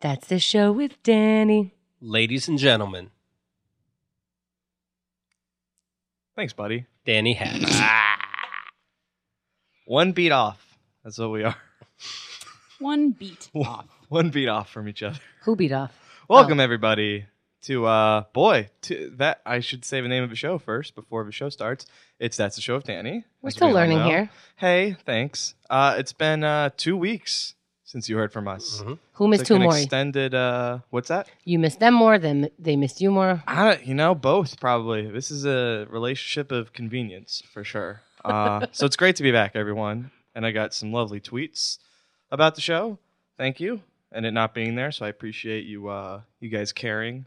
That's the show with Danny. Ladies and gentlemen, Thanks, buddy. Danny Ah. Hatch. One beat off. That's what we are. One beat off. One beat off Oh. from each other. Who beat off? Welcome everybody to uh boy, to that I should say the name of the show first before the show starts. It's that's the show of Danny. We're as still we all learning know. here. Hey, thanks. Uh it's been uh 2 weeks since you heard from us. Who missed Took who Mm-hmm. an more? extended uh what's that? you missed them more, then they missed you more. I don't, you know, both probably. This is a relationship of convenience for sure. Uh, so it's great to be back, everyone. And I got some lovely tweets about the show. Thank you, and it not being there. So I appreciate you, uh, you guys caring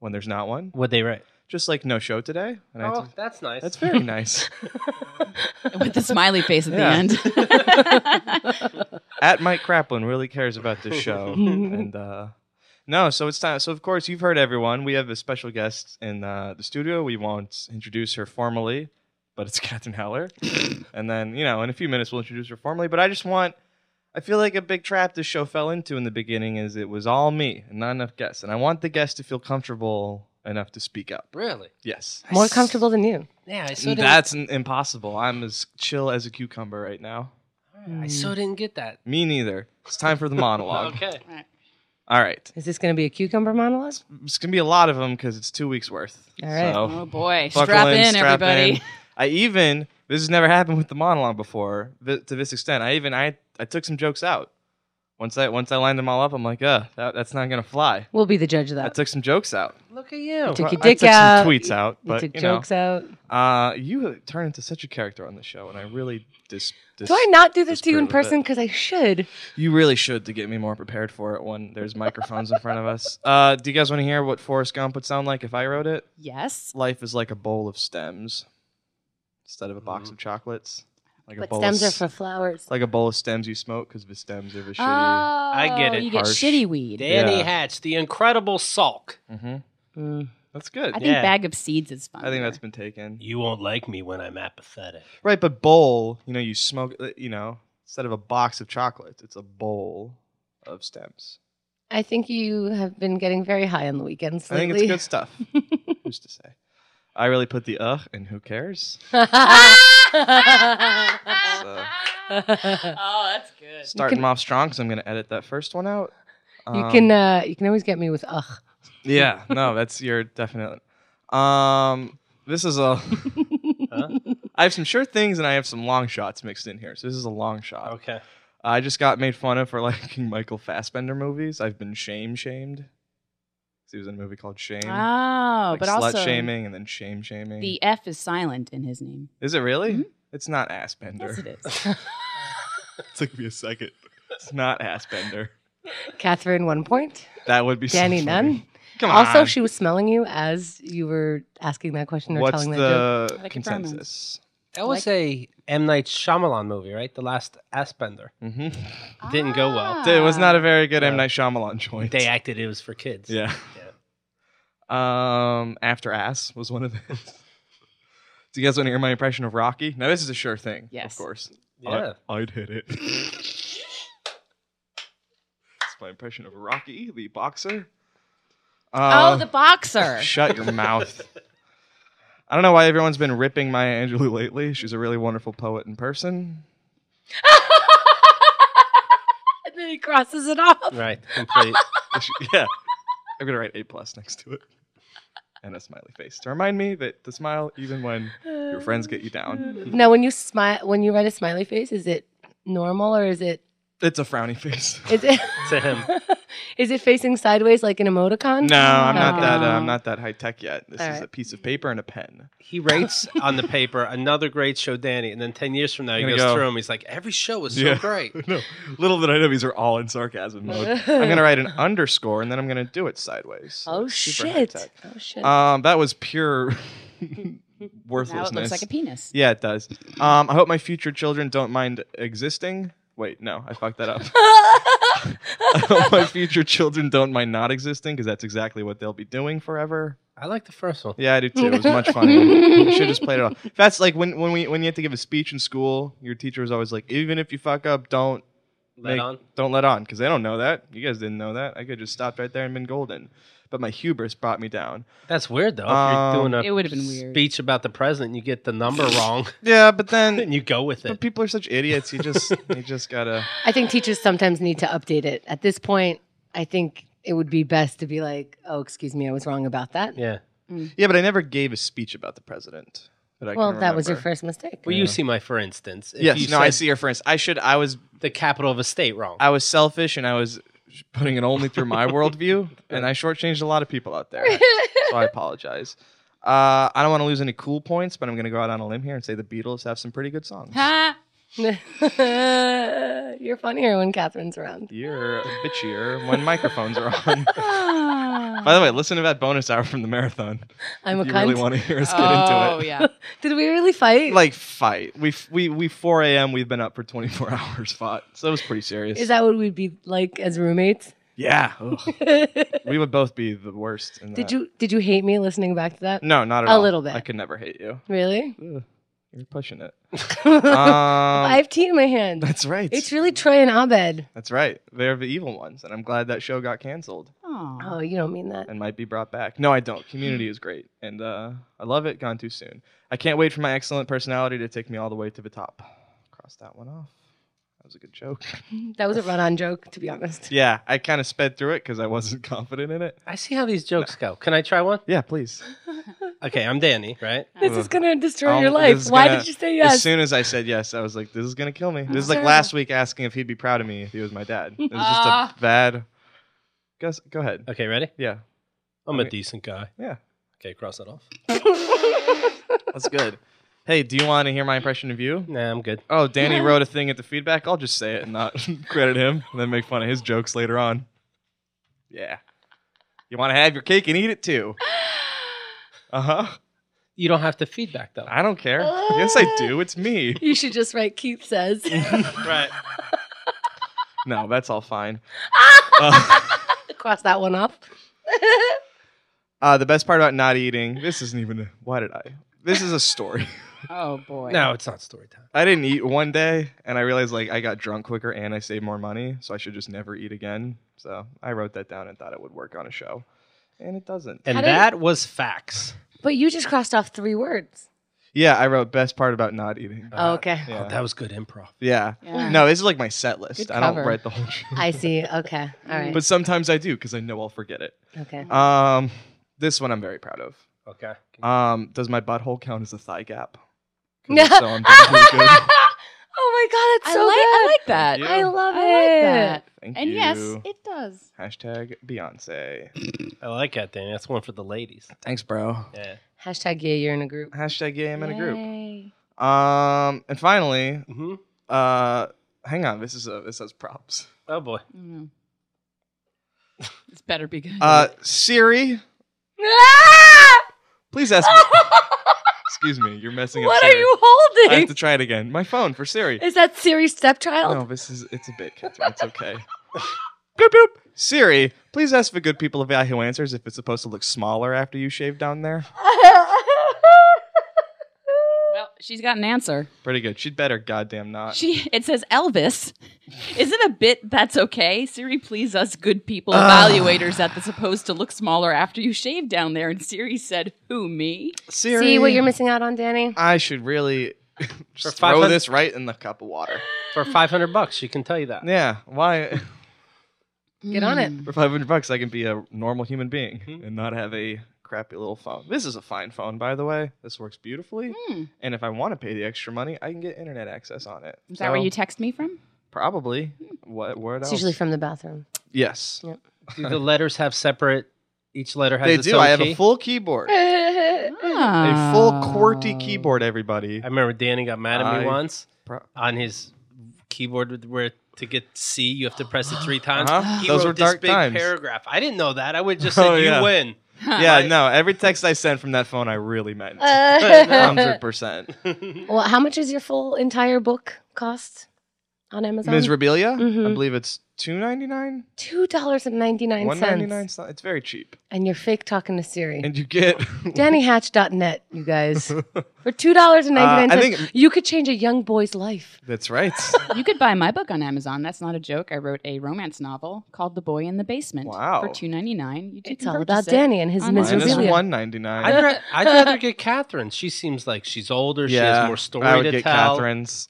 when there's not one. What they write? Just like no show today. And I had to- Oh, that's nice. that's very nice. With the smiley face at Yeah. the end. At Mike Kraplin really cares about this show. and uh, no, so it's time. So of course you've heard everyone. We have a special guest in uh, the studio. We won't introduce her formally, but it's Katherine Heller. and then you know, in a few minutes we'll introduce her formally. But I just want. I feel like a big trap this show fell into in the beginning is it was all me and not enough guests. And I want the guests to feel comfortable enough to speak up. really? Yes. More comfortable than you. Yeah, I so didn't, That's n- impossible. I'm as chill as a cucumber right now. I so didn't get that. Me neither. It's time for the monologue. Okay. All right. Is this going to be a cucumber monologue? It's going to be a lot of them because it's two weeks worth. All right. So, oh boy. buckle Strap in, strap everybody. in. I even, this has never happened with the monologue before th- to this extent. I even, I, I took some jokes out. Once I, once I lined them all up, I'm like, uh, that, that's not going to fly. We'll be the judge of I that. took some jokes out. Look at you. took your I dick took out. some tweets out, you but you, took jokes out. know, uh, you turn into such a character on the show, and I really dis. dis- Do I not do this to you in disprove it. person? Because I should. You really should to get me more prepared for it when there's microphones in front of us. Uh, do you guys want to hear what Forrest Gump would sound like if I wrote it? Yes. Life is like a bowl of stems instead of a box of chocolates. Like a But bowl stems of are s- for flowers. like a bowl of stems you smoke because the stems are the shitty. Ah. I get it. Oh, You get Harsh. shitty weed. Danny Yeah. Hatch, the incredible sulk. Mm. that's good. I I think think, Yeah. bag of seeds is fun. that's been taken. You won't like me when I'm apathetic. Right, but bowl, you know, you smoke, uh, you know, instead of a box of chocolates, it's a bowl of stems. I think you have been getting very high on the weekends I lately. think it's good stuff. Who's to say? I really put the uh and who cares? So, Oh, that's good. starting them off strong, so I'm going to edit that first one out. you Um, can uh, you can always get me with ugh. Yeah, no, that's your definite. Um, this is a. I have some short things and I have some long shots mixed in here. So this is a long shot. Okay. I just got made fun of for liking Michael Fassbender movies. I've been shame shamed. 'Cause He was in a movie called Shame. Oh, Like but slut also shaming and then shame shaming. the F is silent in his name. is it really? It's not Assbender. Yes, it is. Took me a second. It's not Assbender. Catherine, one point. That would be so Danny, funny. none. Come on. Also, she was smelling you as you were asking that question or What's telling that joke. the Like a bromance. consensus? That was a M. Night Shyamalan movie, right? The last Aspender. Mm-hmm. Didn't go well. It Ah. was not a very good M Yeah. Night Shyamalan joint. They acted it was for kids. Yeah. Yeah. Um, After Ass was one of them. Do you guys want to hear my impression of Rocky? Now this is a sure thing. Yes. Of course. Yeah. I, would hit it. It's my impression of Rocky, the boxer. Uh, Oh, the boxer. Shut your mouth. I don't know why everyone's been ripping Maya Angelou lately. She's a really wonderful poet in person. And then he crosses it off. Right. Complete. yeah. I'm gonna write A plus next to it. And a smiley face to remind me that to smile even when your friends get you down. Now, when you smile, when you write a smiley face, is it normal or is it It's a frowny face. is it to him. is it facing sideways like an emoticon? No, I'm not Okay. that. Uh, I'm not that high tech yet. This All is right. a piece of paper and a pen. He rates on the paper another great show, Danny, and then ten years from now he Gonna goes go. through him. He's like, every show was so Yeah. great. No, little did I know these are all in sarcasm Oh. mode. I'm gonna write an underscore and then I'm gonna do it sideways. Oh It's super shit! high-tech. Oh shit! Um, that was pure now worthlessness. it looks like a penis. yeah, it does. Um, I hope my future children don't mind existing. Wait, no, I fucked that up. I hope my future children don't mind not existing because that's exactly what they'll be doing forever. I like the first one. Yeah, I do too. It was much funnier. Should have just played it off. That's like when when we when you had to give a speech in school, your teacher was always like, even if you fuck up, don't Let make- on. don't let on because they don't know that. You guys didn't know that. I could have just stopped right there and been golden. But my hubris brought me down. That's weird though. Um, if you're doing a It would've been weird. speech about the president, you get the number wrong, Yeah, but then and you go with but it. people are such idiots. You just you just gotta. I think teachers sometimes need to update it. At this point, I think it would be best to be like, "Oh, excuse me, I was wrong about that." Yeah. Yeah, but I never gave a speech about the president. That I Well, can that was your remember. first mistake. Well, you see my for instance. If Yes, you no, I said see your friends. I should. I was the capital of a state wrong. I was selfish and I was putting it only through my worldview, and I shortchanged a lot of people out there. so I apologize. Uh, I don't want to lose any cool points, but I'm going to go out on a limb here and say the Beatles have some pretty good songs. Ha! You're funnier when Catherine's around. You're bitchier when microphones are on. Ah. By the way, listen to that bonus hour from the marathon. I'm a If you cunt. really want to hear us get oh into it. yeah. Did we really fight? Like fight. We f- we we 4 a.m. We've been up for 24 hours. Fought. So it was pretty serious. Is that what we'd be like as roommates? yeah. ugh. we would both be the worst. In Did that. you did you hate me listening back to that? No, not at A all. little bit. I could never hate you. Really? Ugh, you're pushing it. Um, I have tea in my hand. That's right. It's really Troy and Abed. That's right. They're the evil ones, and I'm glad that show got canceled Aw. Oh, you don't mean that. and might be brought back. No, I don't. Community is great, and uh, I love it. Gone too soon. I can't wait for my excellent personality to take me all the way to the top. Cross that one off. That was a good joke. That was a run-on joke, to be honest. yeah, I kind of sped through it because I wasn't confident in it. I see how these jokes go. Can I try one? Yeah, please. Okay, I'm Danny, right? This is gonna destroy Um, your this life. is Why gonna- did you say As yes? soon as I said yes, I was like, "This is gonna kill me." This is like Terrible. last week asking if he'd be proud of me if he was my dad. It was Ah. just a bad. Guess. Go ahead. Okay, ready? Yeah. I'm Okay. a decent guy. Yeah. Okay, cross it off. That's good. Hey, do you want to hear my impression of you? Nah, I'm good. Oh, Danny wrote a thing at the feedback. I'll just say it and not credit him, and then make fun of his jokes later on. Yeah. You want to have your cake and eat it too. Uh huh. You don't have to feedback though. I don't care. Yes, I do. It's me. You should just write Keith says. Right. No, that's all fine. Uh, Cross that one off. uh, the best part about not eating. This isn't even. A, why did I? This is a story. Oh boy. No, it's not story time. I didn't eat one day, and I realized like I got drunk quicker and I saved more money, so I should just never eat again. So I wrote that down and thought it would work on a show, and it doesn't. And How did- that was facts. But you just crossed off three words. Yeah, I wrote best part about not eating. Oh, okay. Yeah. Oh, that was good improv. yeah. Yeah. No, this is like my set list. Good I don't cover. write the whole show, I see. Okay. All right. but sometimes I do because I know I'll forget it. okay. Um, this one I'm very proud of. Okay. Um, does my butthole count as a thigh gap? 'Cause No. if so I'm doing pretty good. oh my god, it's I so like. I Thank like that. you. good. I love I it. like that. Thank And you. yes, it does. Hashtag Beyonce. I like that, Danny. That's one for the ladies. Thanks, bro. Yeah. Hashtag yeah, you're in a group. Hashtag yeah, I'm in a group. Yay. Um, and finally, hmm Uh, hang on. This is a this has props. Oh boy. Mm. This better be good. Uh, Siri, please ask. Me. Excuse me, you're messing up. what are Siri. you I have holding? to try it again. My phone for Siri. Is that Siri's stepchild? No, this is it's a bit, Catherine. It's okay. boop boop. Siri, please ask the good people of Yahoo Answers if it's supposed to look smaller after you shave down there. well, she's got an answer. Pretty good. She'd better goddamn not. She it says Elvis. Is it a bit that's okay? Siri, please us good people Ah. evaluators that the supposed to look smaller after you shave down there. And Siri said, Who me? Siri, See what you're missing out on, Danny? I should really For just throw 500 this right in the cup of water. For 500 bucks, she can tell you that. Yeah. Why? Get on it. For 500 bucks, I can be a normal human being Mm-hmm. and not have a crappy little phone. This is a fine phone, by the way. This works beautifully. Hmm. And if I want to pay the extra money, I can get internet access on it. Is that where So, you text me from? probably? What word Hmm. It's else? usually from the bathroom. yes, Do the letters have separate? Each letter has they its do. own I have key? a full keyboard, a A full Oh. QWERTY keyboard. Everybody, I remember Danny got mad at me I- once Pro- on his keyboard with- where to get C, you have to press it three times. Uh-huh. He Those wrote were this dark big times. paragraph. I didn't know that. I would just say Oh, you yeah. win. yeah, no. Every text I sent from that phone, I really meant. Uh. Hundred percent. Well, how much is your full entire book cost on Amazon? Ms. Rebelia, I Mhm. believe it's two ninety nine, Two dollars and ninety nine one ninety nine. cents, It's very cheap, and you're fake talking to Siri. and you get. DannyHatch.net, you guys, for two dollars and ninety Uh, I nine cents, think- you could change a young boy's life. That's right. You could buy my book on Amazon. That's not a joke. I wrote a romance novel called The Boy in the Basement Wow. for two ninety nine. You It's can all purchase about it. Danny and his Online. Mine is miserabilia. one ninety nine. I'd, ra- I'd rather get Catherine. She seems like she's older. she has more story I would to get tell. Catherine's.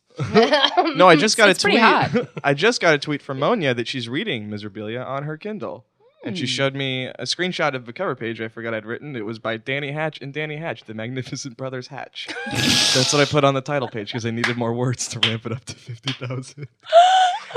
no, I just got It's a tweet. pretty hot. I just got a tweet from Monia that she's reading Miserabilia on her Kindle. And Hmm. she showed me a screenshot of the cover page I forgot I'd written. It was by Danny Hatch and Danny Hatch, the Magnificent Brothers Hatch. That's what I put on the title page because I needed more words to ramp it up to 50,000.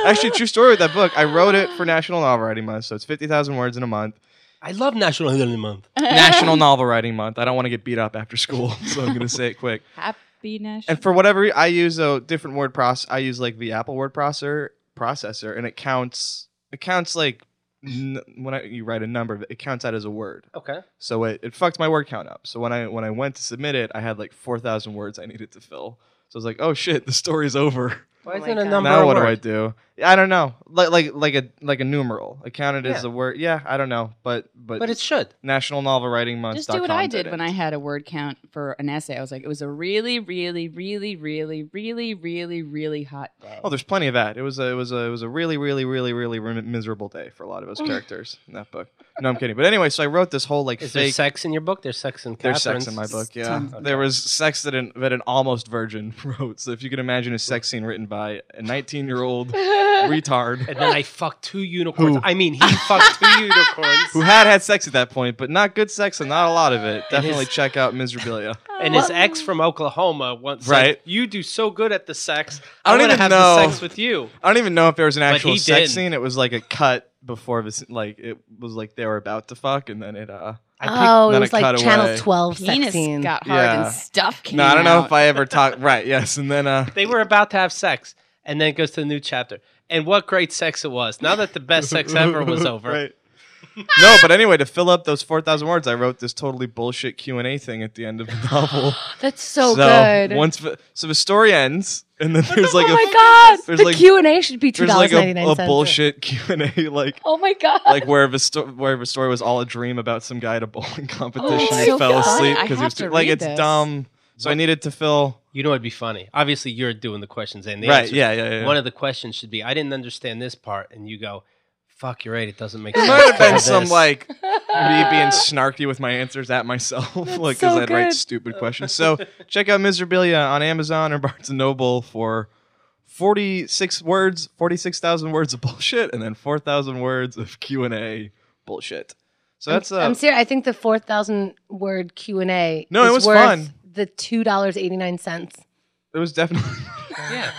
Actually, true story with that book. I wrote it for National Novel Writing Month, so it's 50,000 words in a month. I love National Holiday Month. National Novel Writing Month. I don't want to get beat up after school, so I'm going to say it quick. Happy National. And for whatever re- I use a different word process. I use like the Apple word processor processor, and it counts. It counts like n- when I, you write a number, it counts that as a word. Okay. So it, it fucked my word count up. So when I when I went to submit it, I had like four thousand words I needed to fill. So I was like, oh shit, the story's over. Why Oh my isn't a God. number now a what do I word? do? I don't know. Like like like a like a numeral. I counted as Yeah. a word. Yeah, I don't know. But but, But it should. National Novel Writing Month. Just do what I did when I had a word count for an essay. I was like, it was a really, really, really, really, really, really, really hot day. Oh, there's plenty of that. It was a, it was a, it was a really, really, really, really rim- miserable day for a lot of us characters in that book. No, I'm kidding. But anyway, so I wrote this whole like Is there fake. sex in your book? There's sex in there's sex Catherine's. in my book. Yeah, Tons. there was sex that an that an almost virgin wrote. So if you can imagine a sex scene written by a 19 year old retard And then I fucked two unicorns. I mean, he fucked two unicorns. who had had sex at that point, but not good sex and not a lot of it. And his- Definitely check out Miserabilia. And his ex from Oklahoma once said, Right. "You do so good at the sex. I I, don't want to even have know." the sex with you." I don't even know if there was an But actual he sex didn't. scene. It was like a cut before this. Like it was like they were about to fuck, and then it uh. I picked- oh, it then was I like cut Channel away. Twelve sex Penis scene. got hard Yeah. and stuff came No, I don't know out. if I ever talked. Right, yes, and then uh, They were about to have sex, and then it goes to the new chapter. And what great sex it was! Now that the best sex ever was over, Right. no, but anyway, to fill up those four thousand words, I wrote this totally bullshit Q and A thing at the end of the novel. That's so, so Oh, good. once the- so the story ends, and then there's like oh a my god, there's the like- Q and A should be two there's dollars like ninety a, nine a cents. bullshit Q and A like. Oh my god. Like where the sto- where the story was all a dream about some guy at a bowling competition Oh, who it's so fell good. asleep I he have was to too- like read it's this. dumb. So I needed to fill you know it'd be funny. Obviously, you're doing the questions and the right. answers. Yeah, yeah, yeah. One of the questions should be, "I didn't understand this part," and you go, "Fuck, you're right. It doesn't make There sense." might have 'cause been of some this." like me being snarky with my answers at myself, like because so I'd write good. stupid questions. So check out Miserabilia on Amazon or Barnes and Noble for forty six words, forty six thousand words of bullshit, and then four thousand words of Q and A bullshit. So that's uh, I'm serious. I think the four thousand word Q and A. No, it is was worth fun. The two dollars eighty nine cents. it was definitely yeah.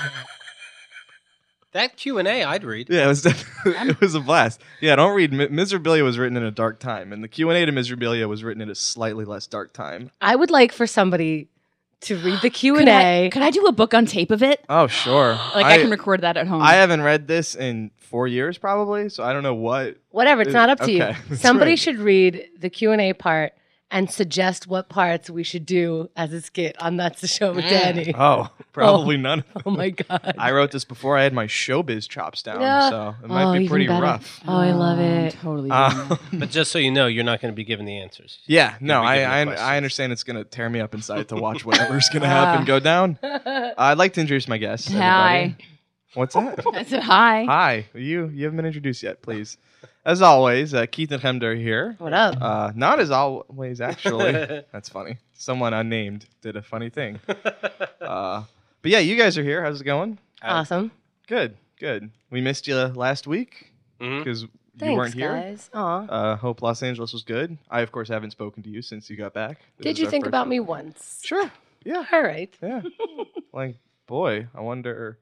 That Q and A, I'd read. yeah, it was definitely it was a blast. Yeah, don't read Mi- Miserabilia was written in a dark time, and the Q and A to Miserabilia was written at a slightly less dark time. I would like for somebody to read the Q Could and I, A. could I do a book on tape of it? Oh sure, Like I, can record that at home. I haven't read this in four years, probably. So I don't know what. Whatever, it's not up to Okay, you. that's Somebody right. should read the Q and A part and suggest what parts we should do as a skit on That's the Show with Danny. Oh, probably none. of them. Oh my god. I wrote this before I had my showbiz chops down, Yeah. so it might Oh, be even pretty better. rough. Oh, I love it. Totally. Uh, But just so you know, you're not going to be given the answers. yeah, no, be I giving I, the I questions. understand it's gonna tear me up inside to watch whatever's Ah. gonna happen go down. I'd like to introduce my guest. Hi. everybody. What's that? I said hi. Hi, you you haven't been introduced yet, please. As always, uh, Keith and Hemder here. What up? Uh, not as always, actually. That's funny. Someone unnamed did a funny thing. Uh, but yeah, you guys are here. How's it going? awesome. Good, good. We missed you last week Mhm. because you Thanks, weren't here. guys. Aw. Uh, hope Los Angeles was good. I, of course, haven't spoken to you since you got back. This Did is you our think first- about me once? Sure. Yeah. All right. Yeah. like, boy, I wonder.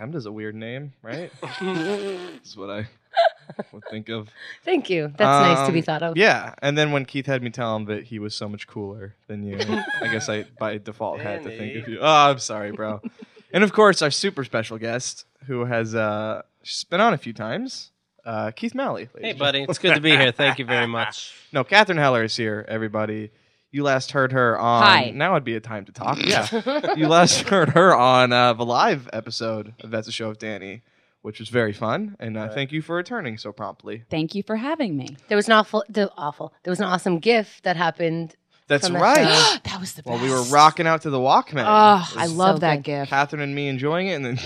Hemda's a weird name, right? That's what I would think of. Thank you. That's nice to be Um, thought of. Yeah, and then when Keith had me tell him that he was so much cooler than you, I guess I by default had to think of you. Oh, I'm sorry, bro. and of course, our super special guest who has uh, she's been on a few times, uh, Keith Malley. ladies Hey, and buddy, it's good to be here. Thank you very much. No, Catherine Heller is here, everybody. You last heard her on. Hi. Now would be a time to talk. Yeah. you last heard her on uh, the live episode of That's a Show of Danny, which was very fun. And uh, Right. thank you for returning so promptly. Thank you for having me. There was an awful, the, awful. There was an awesome gift that happened. That's From that right. show. that was the best. While we were rocking out to the Walkman, Oh, I It was love so that good. gift. Catherine and me enjoying it, and then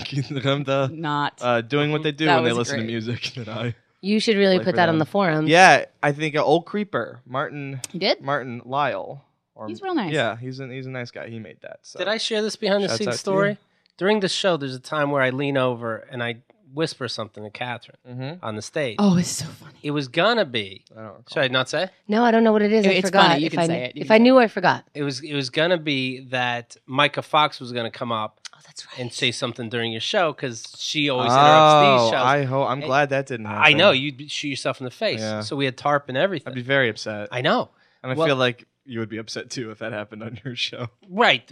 them the, Not. uh, doing what they do That when they was listen to great. music. And I, You should really Play for put that them. on the forum. yeah, I think uh, old creeper Martin you did? Martin Lyle. Or, He's real nice. Yeah, he's a, he's a nice guy. He made that. So. Did I share this behind the Shouts out to scenes you. story? During the show, there's a time where I lean over and I whisper something to Catherine Mm-hmm. on the stage. Oh, it's so funny. It was gonna be. I don't recall. Should I not say? No, I don't know what it is. I It's forgot. funny. You if can I, say it. You If can I say knew, I forgot. It was. It was gonna be that Micah Fox was gonna come up Oh, that's right. and say something during your show because she always interrupts oh, these shows. I hope I'm Hey, glad that didn't happen. I know you'd shoot yourself in the face. Yeah. So we had tarp and I'd everything. be very upset, I know. and I well- feel like you would be upset too if that happened on your show. Right.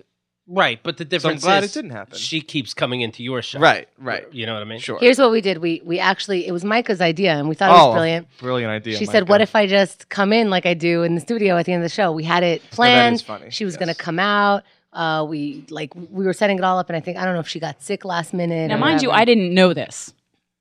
Right. But the So I'm difference glad is it didn't happen. she keeps coming into your show. right, right, You know what I mean? sure. Here's what we did. We we actually it was Micah's idea, and we thought it Oh, was brilliant. Brilliant idea. she said, Micah. "What if I just come in like I do in the studio at the end of the show?" We had it planned. is funny, She was yes. going to come out. Uh, we like we were setting it all up, and I think I don't know if she got sick last minute. Now, or mind you, whatever. I didn't know this,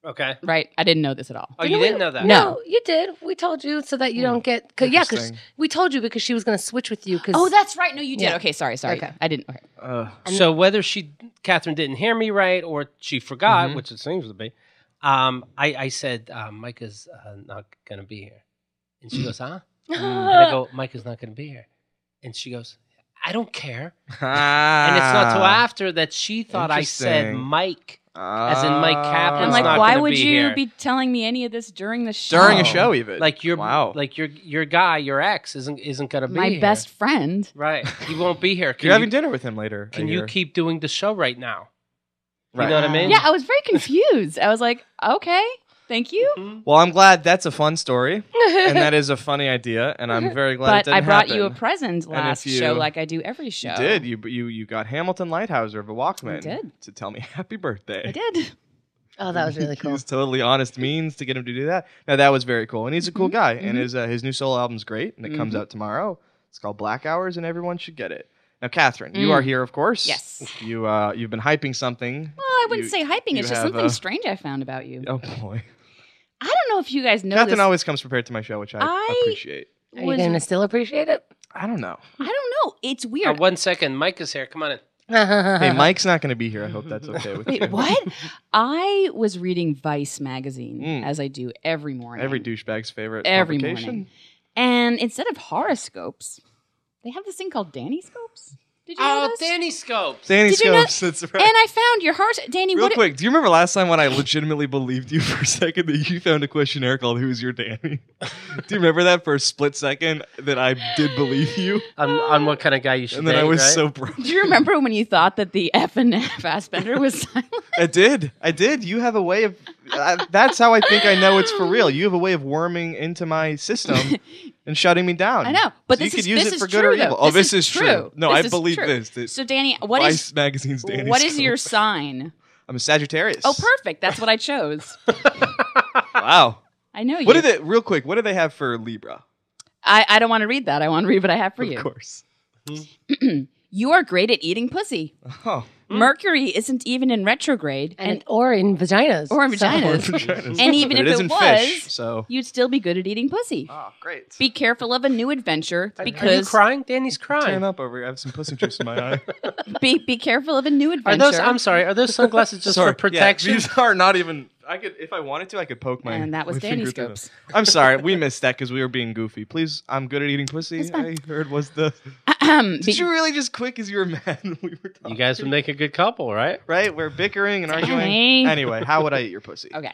Okay. right? I didn't know this at all. Oh, you we- didn't know that. No, you did. We told you so that you Hmm. don't get. Cause, yeah, because Interesting. we told you because she was going to switch with you. Because Oh, that's right. No, you did. Yeah. Okay, sorry, sorry. Okay. I didn't. Okay. Uh, So whether she Catherine didn't hear me right or she forgot, Mm-hmm. which it seems to be, um, I, I said uh, Micah's uh, not gonna be here, and Mm. she goes, "Huh?" and I go, "Micah's not gonna be here," and she goes, "I don't care." Ah. And it's not till after that she thought I said Interesting. Mike. as in Mike Ah. Kaplan. I'm It's like, not why gonna would be you here. be telling me any of this during the show? during a show even. Like your Uh, wow. like your your guy, your ex isn't isn't gonna be my here. best friend. Right, he won't be here. Can you're having you, dinner with him later. I can you hear. keep doing the show right now? Right. You know what I mean? Yeah, oh, I was very confused. I was like, okay, thank you. Mm-hmm. Well, I'm glad that's a fun story, and that is a funny idea, and I'm very glad. it But didn't I brought you a happen. present if last you- show, like I do every show. You did you? You you got Hamilton Lighthouser of a Walkman. I did. to tell me happy birthday. I did. oh, that was really He cool. was totally honest means to get him to do that. Now that was very cool, and he's a cool Mm-hmm. guy. And his uh, his new solo album's great, and it comes out tomorrow. It's called Black Hours, and everyone should get it. Now, Catherine, you are here, of course. Mm. Yes. You uh, you've been hyping something. Well, I wouldn't You- say hyping. you It's just have, something uh, strange I found about you. Oh boy, I don't know if you guys know Catherine this. always comes prepared to my show, which I, I- appreciate. Are was- you going to still appreciate it? I don't know. I don't know. It's Uh, weird. one second, Mike is here. Come on in. Uh-huh. Hey, Mike's not going to be here. I hope that's okay with you. Wait, what? I was reading Vice magazine Mm. as I do every morning. Every douchebag's favorite Every publication. morning. And instead of horoscopes, they have this thing called Danny scopes. Did you know Oh, this? Danny Scopes. Danny Did you not- Scopes. That's right. And I found your horse, Danny. Real what quick, do you remember last time when I legitimately believed you for a second that you found a questionnaire called "Who's Your Danny"? do you remember that for a split second that I did believe you, On, on what kind of guy you should and then I date, was right? so broke. Do you remember when you thought that the F and F Fassbender was silent? I did, I did. You have a way of. I, that's how I think I know it's for real. You have a way of worming into my system and shutting me down. I know, but So this you is- could use this it is for good true, or though. evil. Oh, This this is is true. true. No, This I is believe true. this. that So, Danny, what Vice is magazine's Danny. what is your Scopes. sign? I'm a Sagittarius. Oh, perfect. That's what I chose. Wow. I know you. What did it? Real quick, what do they have for Libra? I, I don't want to read that. I want to read what I have for of you. course. You are great at eating pussy. Oh. Mercury isn't even in retrograde, and, and or in vaginas. or in So- vaginas. vaginas. And even But if is it in was- fish, so You'd still be good at eating pussy. oh, great. Be careful of a new adventure Are you because crying? Danny's Turn crying. up over here. I have some pussy juice in my eye. be be careful of a new Are adventure. those? I'm sorry. Are those sunglasses just Sorry. for protection? Yeah, these are not even. I could, if I wanted to, I could poke my. and that was my Danny finger through them. Scopes. I'm sorry, we missed that because we were being goofy. Please, I'm good at eating pussy. I heard was the. Ahem. Be- Did you really just quick as you were mad when we were talking? you guys would make a good couple, right? right? We're bickering and arguing. Hey. Anyway, how would I eat your pussy? Okay.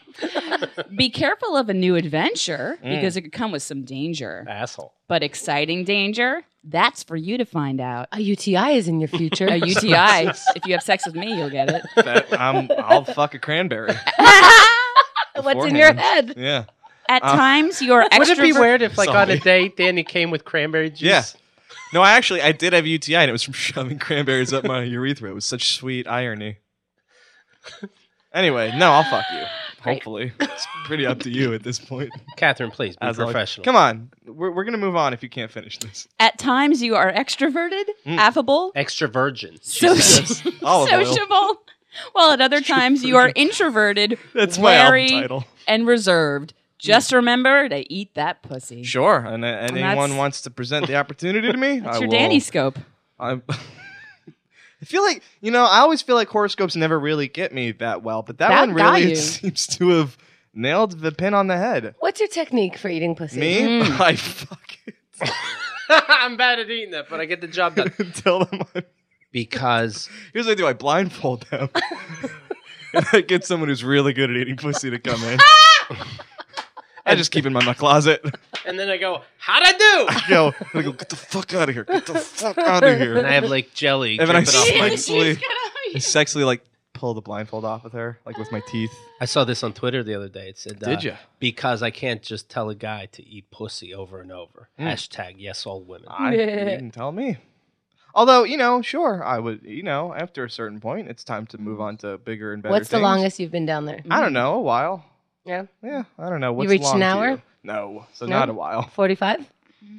Be careful of a new adventure because it could come with some danger. Mm. Asshole. But exciting danger, that's for you to find out. A UTI is in your future. A UTI. if you have sex with me, you'll get it. That, I'm, I'll fuck a cranberry. What's in your beforehand. head? Uh, Yeah. At times, you're extrovert. Would it be weird if, like, on Sorry. a date, Danny came with cranberry juice? Yeah. No, I actually I did have UTI, and it was from shoving cranberries up my urethra. It was such sweet irony. Anyway, no, I'll fuck you. Hopefully, it's pretty up to you at this point. Catherine, please be As always. professional. Come on, we're, we're gonna move on if you can't finish this. At times, Mm. you are extroverted, affable, Extra virgin. soci- All of it. sociable, While at other times you are introverted, That's wary, my album title. Mm. and reserved. Just remember to eat that pussy. Sure. And, uh, and that's- anyone wants to present the opportunity to me, That's I your will. Danny scope. I'm I feel like you know. I always feel like horoscopes never really get me that well, but that, That one got really you. seems to have nailed the pin on the head. What's your technique for eating pussy? Mm-hmm. Me, Mm. I fucking I'm bad at eating that, but I get the job done. tell them. I'm, Because here's what I do: I blindfold them. and I get someone who's really good at eating pussy to come in. I just keep him in my closet. and then I go, how'd I do? Yo, I go, get the fuck out of here! Get the fuck out of And I here! have like jelly. And then I dripping off see my- it. Sexually- Sexually, like pull the blindfold off with her, like with my teeth. I saw this on Twitter the other day. It said, uh, Did ya? Because I can't just tell a guy to eat pussy over and over. Hmm. Hashtag yes, all women. I you didn't tell me. Although you know, sure, I would. You know, after a certain point, it's time to move on to bigger and better. What's the things. longest you've been down there? I don't know. A while. Mm. Yeah, Yeah, I don't know. What's reached long an to hour? you? No, so No? not a while. 45?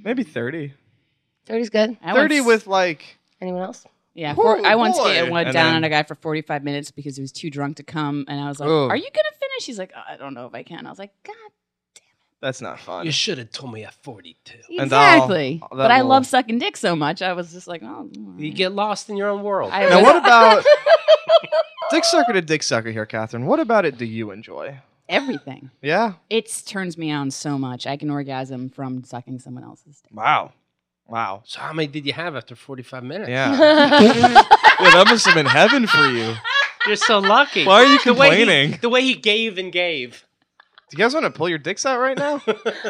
Maybe thirty. 30's good. I thirty once- with like. Anyone else? yeah. four- Whoa, I once Oh, boy. get one And down then- on a guy for forty five minutes because he was too drunk to come, and I was like, Oh. "Are you gonna finish?" He's like, "I don't know if I can." I was like, "God." That's not fun. You should have told me at 42. And I'll- Exactly. that but I will- love sucking dick so much. I was just like, oh. You Mm. get lost in your own world. I now, was- what about dick sucker to dick sucker here, Catherine? What about it? Do you enjoy? everything. Yeah. It turns me on so much. I can orgasm from sucking someone else's dick. Wow. Wow. so how many did you have after 45 minutes? Yeah. yeah. That must have been heaven for you. You're so lucky. Why are you The way he- complaining? The way he, gave and gave. Do you guys want to pull your dicks out right now?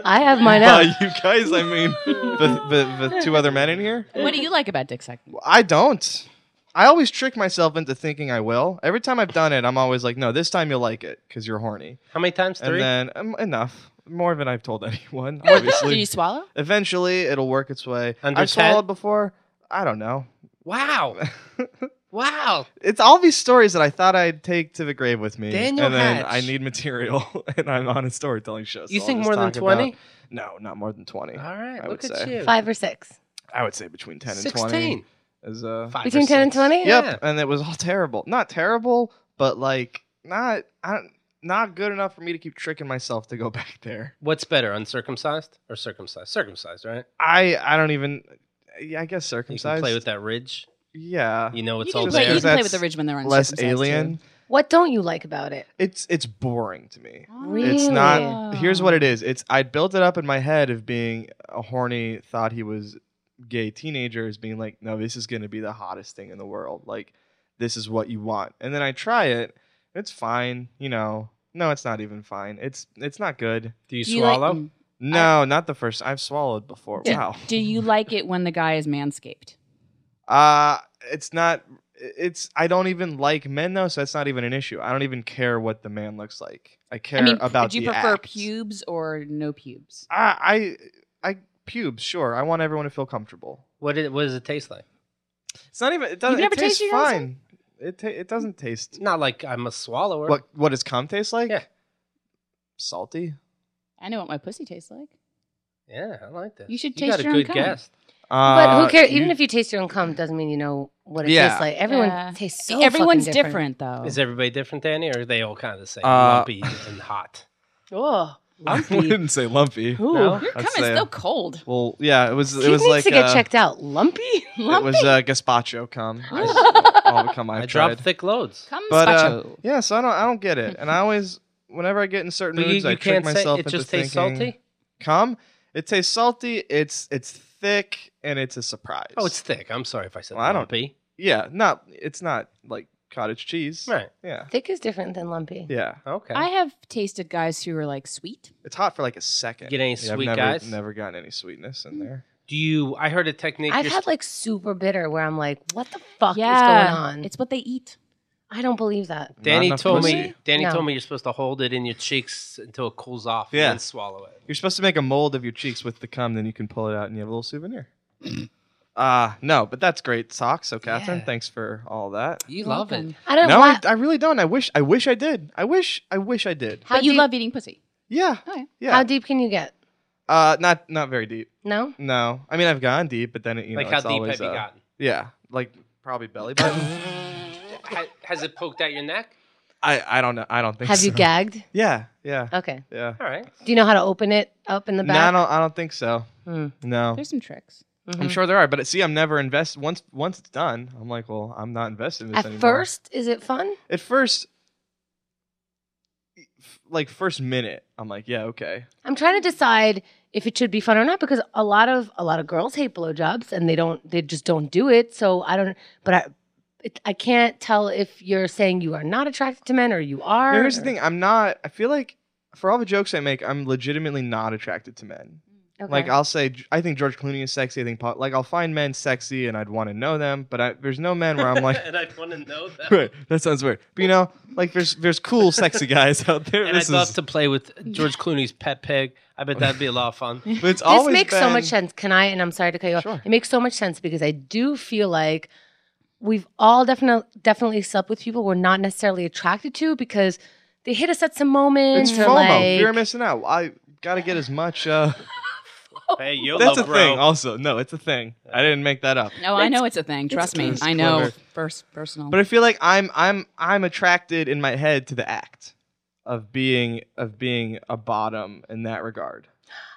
I have mine By out. you guys, I mean the, the, the two other men in here. What do you like about dick sucking? I don't. I always trick myself into thinking I will. Every time I've done it, I'm always like, no, this time you'll like it because you're horny. How many times? Three? And then um, enough. More than I've told anyone, Do you obviously. swallow? Eventually, it'll work its way. Under I've 10? swallowed before. I don't know. wow. wow. It's all these stories that I thought I'd take to the grave with me. Daniel and then Hatch. I need material, and I'm on a storytelling show. You so I'll think just more than Uh, talk about- 20? No, not more than 20. All right. I look would at say. you. Five or six. I would say between 10 16. and 20. Is, uh, Five or Between 10 and six. 20? Yeah. Yep, and it was all terrible. Not terrible, but like not I don't, not good enough for me to keep tricking myself to go back there. What's better, uncircumcised or circumcised? Circumcised, right? I I don't even. Yeah, I guess You circumcised. can play with that ridge. yeah, You know it's you all can, just play, there. you can play that's with the Ridge when they're on less alien. What don't you like about it? It's it's boring to me. Really? It's not. Here's Oh. what it is. It's I built it up in my head of being a horny, thought he was gay teenager as being like, no, this is gonna be the hottest thing in the world. Like, this is what you want. And then I try it. It's fine. You know. No, it's not even fine. It's it's not good. Do you Do you swallow? Like, No, not the first. I've swallowed before. Yeah. Wow. do you like it when the guy is manscaped? Uh it's not. It's. I don't even like men though, so that's not even an issue. I don't even care what the man looks like. I care I mean, about. do you the prefer act. pubes or no pubes? I, I, I pubes. Sure, I want everyone to feel comfortable. what, did, what does it taste like? It's not even. It doesn't. You've never It tastes tasted your own fine. It ta- it doesn't taste. Not like I'm a Mm. swallower. What what does cum taste like? Yeah. Salty. I know what my pussy tastes like. Yeah, I like that. You should got taste a your own good cum. guest. But Uh, who cares? Even you- if you taste your own cum, doesn't mean you know what it Yeah. tastes like. Everyone Yeah. tastes so See, everyone's fucking different. though. Is everybody different, Danny, or are they all kind of the same, Uh, lumpy and hot? Oh, I wouldn't say lumpy. No? Your cum I'd is say- so cold. Well, yeah, it was. It He was needs like to get uh, checked out. Lumpy. It Lumpy. was uh, gazpacho cum. I s- all the cum I I've drop tried. thick loads. Cum but uh, spacho. yeah, so I don't. I don't get it, and I always. Whenever I get in certain But you, moods, I you trick can't say myself it into just tastes thinking salty. cum. It tastes salty. It's it's thick and it's a surprise. Oh, it's thick. I'm sorry if I said Well, I don't- lumpy. Yeah, not it's not like cottage cheese. Right. Yeah. Thick is different than lumpy. Yeah. Okay. I have tasted guys who are like sweet. It's hot for like a second. Get any Yeah, sweet I've never, guys? Never gotten any sweetness in there. Do you? I heard a technique. I've you're had st- like super bitter where I'm like, what the fuck is going on? It's what they eat. I don't believe that. Danny Not enough told pussy. me. Danny No. told me you're supposed to hold it in your cheeks until it cools off Yeah. and then swallow it. You're supposed to make a mold of your cheeks with the cum, then you can pull it out and you have a little souvenir. uh no, but that's great talk. So Catherine, Yeah. thanks for all that. You love it. I don't No, know. I, I really don't. I wish I wish I did. I wish I wish I did. How but you deep- love eating pussy. Oh, Yeah. Okay. Yeah. How deep can you get? uh not not very deep. No? No. I mean I've gone deep, but then it, you Like know, how it's uh, deep always, have you uh, gotten? Yeah. Like probably belly button. ha- has it poked out your neck? I, I don't know. I don't think Have so. you gagged? Yeah, yeah, Okay. yeah. All right. Do you know how to open it up in the No, I back? don't, I don't think so. Hmm. No. There's some tricks. I'm sure there are, but uh, see, I'm never invested. Once once it's done, I'm like, well, I'm not invested in this At anymore. first, is it fun? at first, e, f- like first minute, I'm like, yeah, okay. I'm trying to decide if it should be fun or not because a lot of a lot of girls hate blowjobs and they don't they just don't do it. So I don't. But I it, I can't tell if you're saying you are not attracted to men or you are. Now, here's the or- thing: I'm not. I feel like for all the jokes I make, I'm legitimately not attracted to men. Okay. Like I'll say, I think George Clooney is sexy. I think Paul, like I'll find men sexy, and I'd want to know them. But I, there's no men where I'm like, and I want to know that. right, that sounds weird. But you know, like there's there's cool sexy guys out there. And this I'd love is, to play with George Clooney's pet pig. I bet that'd be a lot of fun. but it's this always makes so been- much sense. Can I? And I'm sorry to cut you off. Sure. It makes so much sense because I do feel like we've all definitely definitely slept with people we're not necessarily attracted to because they hit us at some moment. It's or FOMO. Like, You're missing out. I gotta get as much. Uh, Hey, you that's a love bro. thing. Also, no, it's a thing. I didn't make that up. No, I know it's a thing. Trust me. I know. clever. First, personal. But I feel like I'm I'm I'm attracted in my head to the act of being of being a bottom in that regard.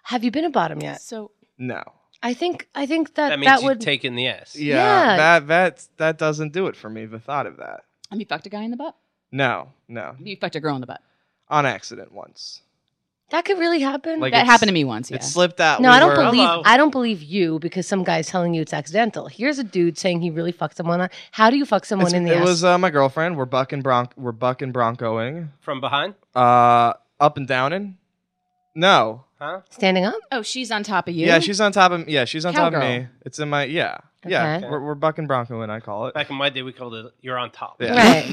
Have you been a bottom yet? so No. I think I think that that that, means you would. take in the ass. Yeah. That that that doesn't do it for me. The thought of that. have you fucked a guy in the butt? No, no. You fucked a girl in the butt. On accident once. that could really happen. Like that it's- happened to me once. Yeah. It slipped out. no, We I don't were- believe Hello. I don't believe you because some guy's telling you it's accidental. Here's a dude saying he really fucked someone. on- How do you fuck someone It's- in the it ass? was uh, my girlfriend. We're bucking bronc. We're bucking broncoing. From behind? Uh, up and downing. No. Huh? Standing up? oh, she's on top of you. Yeah, she's on top of yeah, she's on top of Cowgirl. me. It's in my yeah. Yeah. Okay. We're, we're bucking bronco and I call it. Back in my day, we called it you're on top. Yeah. Right.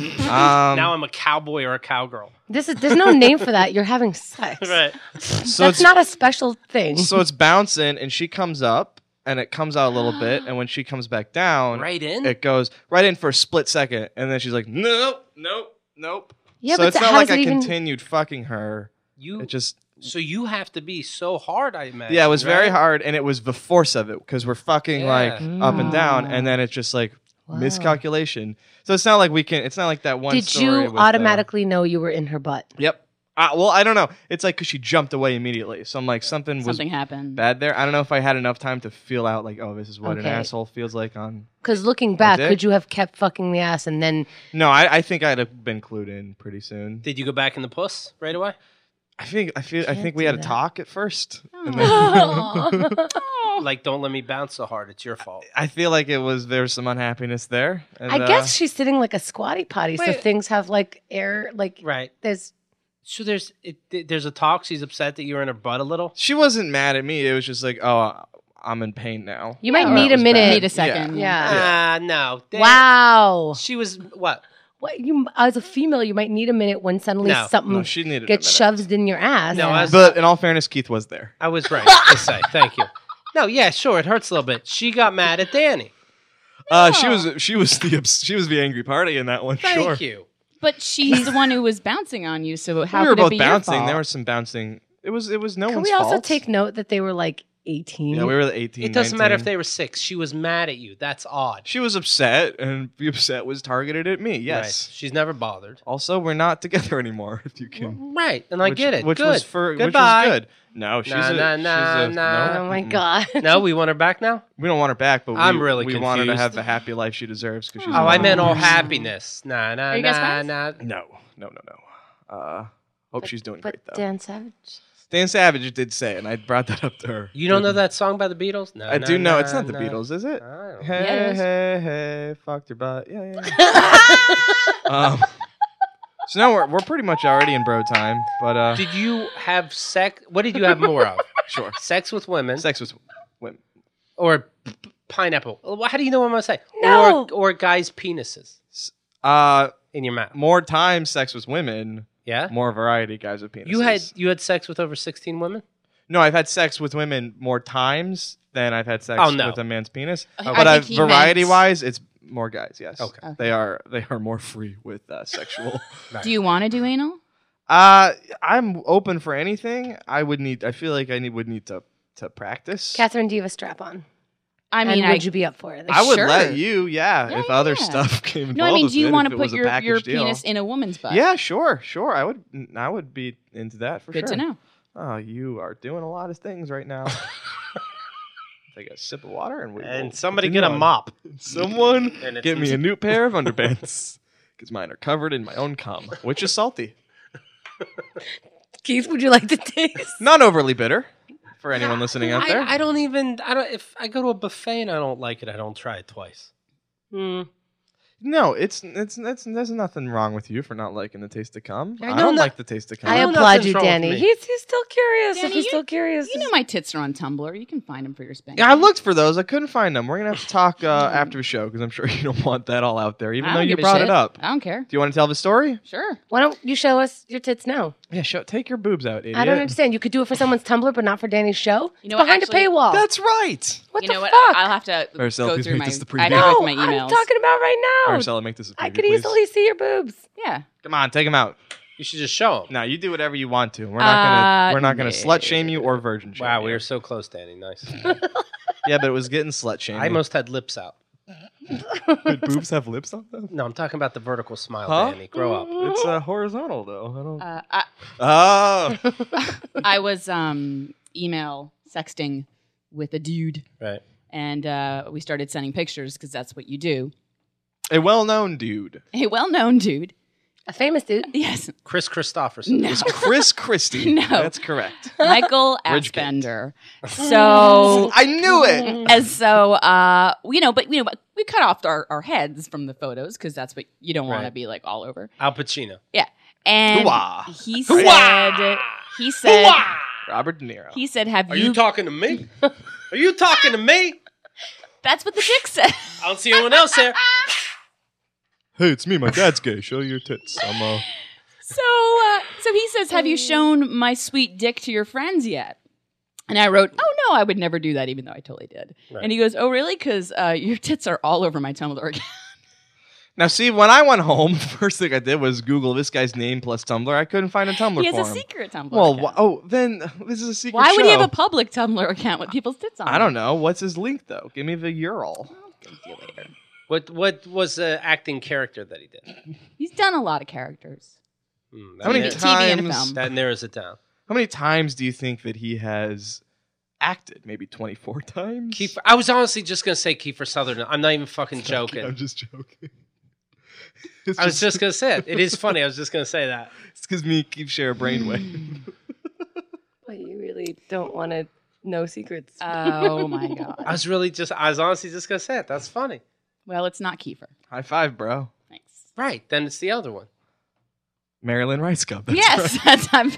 Um, Now I'm a cowboy or a cowgirl. This is there's no name for that. You're having sex. Right. so That's it's not a special thing. so it's bouncing and she comes up and it comes out a little bit and when she comes back down Right in? it goes right in for a split second and then she's like nope nope nope Yeah, so but it's so not how like does I it even- continued fucking her you it just so you have to be so hard, I imagine. yeah it was very right? hard and it was the force of it because we're fucking Yeah. like up and down Mm. and then it's just like Wow. miscalculation so it's not like we can it's not like that one Did story you with, uh, automatically know you were in her butt? Yep. Uh, well, I don't know. It's like because she jumped away immediately. So I'm like, something was Something happened. bad there. I don't know if I had enough time to feel out, like, oh, this is what an Okay. asshole feels like on. Because looking back, did. could you have kept fucking the ass and then No, I, I think I'd have been clued in pretty soon. Did you go back in the puss right away? I think I feel I Can't think we do had a that. Oh. talk at first. And then, Aw. Like, don't let me bounce so hard. It's your fault. I feel like it was there was some unhappiness there. And, I uh, guess she's sitting like a squatty potty, so Wait. things have like air like Right. there's So there's it, th- there's a talk. She's upset that you were in her butt a little. she wasn't mad at me. It was just like, oh, I'm in pain now. you might Yeah. need That a was minute. bad. Need a second. yeah. Ah, no. Damn. Wow. She was what? What you as a female, you might need a minute when suddenly No. something No, she needed a gets minute. shoved in your ass. No, I was- But in all fairness, Keith was there. I was right to say. Thank you. No, yeah, sure. It hurts a little bit. She got mad at Danny. Uh, she was she was the obs- she was the angry party in that one. Thank sure. you. But she's the one who was bouncing on you. So how we were could both it be bouncing. Your fault? There was some bouncing. It was it was no Can one's we also fault. take note that they were like eighteen? Yeah, we were the 18. It doesn't matter if 19. they were six. She was mad at you. That's odd. She was upset, and the upset was targeted at me. Yes. Right. She's never bothered. Also, we're not together anymore. If you can. Right. And I Which- get it. Which good. was for Goodbye. which was good. No, she's Nah, a, nah, she's nah, a- nah. no. oh my Mm-mm. god. No, we want her back now? We don't want her back, but we, I'm really we want her to confused. have the happy life she deserves because she's. Oh, a I meant all woman. happiness. Nah, nah, Are you guys nah, friends? nah. No, no, no, no. Uh, hope she's doing But great though. Dan-, Dan Savage. Savage did say, it, and I brought that up to her. You don't know that song by the Beatles? No. I nah, do know nah, it's not the nah. Uh, Beatles, is it? I don't know. Hey, Yeah, it is. hey, hey, fucked your butt. Yeah, yeah. yeah. um, so now we're, we're pretty much already in bro time, but uh, Did you have sex? What did you have more of? sure. Sex with women Sex with women. or p- p- pineapple? Well, How do you know what I'm going to say? No. Or, or guys' penises Uh, in your mouth. more time, sex with women, Yeah? more variety, guys with penises. You had you had sex with over 16 women? no. I've had sex with women more times than I've had sex Oh, no. with a man's penis. I But think I've, he meant- variety wise, it's more guys. Yes. Okay. Okay. They are they are more free with uh, sexual. Do you want to do anal? uh, I'm open for anything. I would need. I feel like I need, would need to to practice. Catherine Diva strap on. I mean, and I, would you be up for it? I would Sure. let you, yeah, Yeah, if other yeah. stuff came. no, I mean, involved do you with it, want if to it put was a your, package your deal. penis in a woman's butt? Yeah, sure, sure. I would, I would be into that for Good sure. to know. Oh, you are doing a lot of things right now. Take a sip of water and we will And somebody continue get a on. mop. Someone And it's get me a new pair of underpants because mine are covered in my own cum, which is salty. Keith, would you like to taste? Not overly bitter for anyone listening out there. I, I don't even. I don't. If I go to a buffet and I don't like it, I don't try it twice. Hmm. Mm. no, it's, it's it's there's nothing wrong with you for not liking the taste of cum. I I, know don't that- like the taste of cum. I know applaud nothing's you, wrong with Danny. me. He's, he's still curious. Danny, if he's you- still curious, You know my tits are on Tumblr. You can find them for your spank. Yeah, I looked for those. I couldn't find them. We're gonna have to talk uh, after the show because I'm sure you don't want that all out there, even I though don't you give a brought shit. it up. I don't care. Do you want to tell the story? Sure. why don't you show us your tits now? Yeah, show, take your boobs out, idiot. I don't understand. You could do it for someone's Tumblr, but not for Danny's show. You it's know what, behind actually- a paywall. That's right. what you the know fuck? what? I'll have to Marcel, go please through make my. this the I'd preview. have no, to make my I'm emails. talking about right now. Marcella, make this a preview, I could please. easily see your boobs. yeah. Come on, take them out. You should just show them. Now you do whatever you want to. We're not gonna. Uh, we're not gonna no. slut shame you or virgin shame. Wow, you. we were so close, Danny. Nice. Yeah, but it was getting slut shamed. I almost had lips out. Would boobs have lips on them? No, I'm talking about the vertical smile, Huh? Danny. Grow up. It's uh, horizontal though. I don't. Uh, I, Uh. oh, I was um, email sexting with a dude, Right. and uh, we started sending pictures because that's what you do. a well-known dude. A well-known dude. A famous dude. Yes, Chris Christopherson. No. It's Chris Christie. No. that's correct. Michael Ridgegate. Asbender. So I knew it. and so uh you know but you know but we cut off our, our heads from the photos because that's what you don't want to Right. be like all over Al Pacino. and Hoo-ah. he said he said Robert De Niro. he said have Are you, you talking to me? Are you talking to me? that's what the dick said I don't see anyone else there. Hey, it's me. My dad's gay. Show your tits. I'm uh. so uh so he says have Oh. you shown my sweet dick to your friends yet and I wrote, "Oh no, I would never do that, even though I totally did." Right. And he goes, "Oh really? Because uh, your tits are all over my Tumblr account." Now, see, when I went home, the first thing I did was Google this guy's name plus Tumblr. I couldn't find a Tumblr he has for a him. secret Tumblr. well, account. wh- oh, then this is a secret. why would he have show. a public Tumblr account with people's tits on? I don't know. What's his link though? Give me the URL. What What was the acting character that he did? He's done a lot of characters. Hmm, How many that- TV and times? film. That narrows it down. How many times do you think that he has acted? Maybe 24 times? Kiefer, I was honestly just gonna say Kiefer Sutherland. I'm not even fucking I'm joking. just joking. It's I was just gonna say it. It is funny. I was just gonna say that. because me and Keith share a brainwave. But you really don't want to know secrets. Oh my god. I was really just. I was honestly just gonna say it. That's funny. Well, it's not Kiefer. High five, bro. Thanks. Right. Then it's the other one. Marilyn Rice Cup. That's yes, right. that's I'm,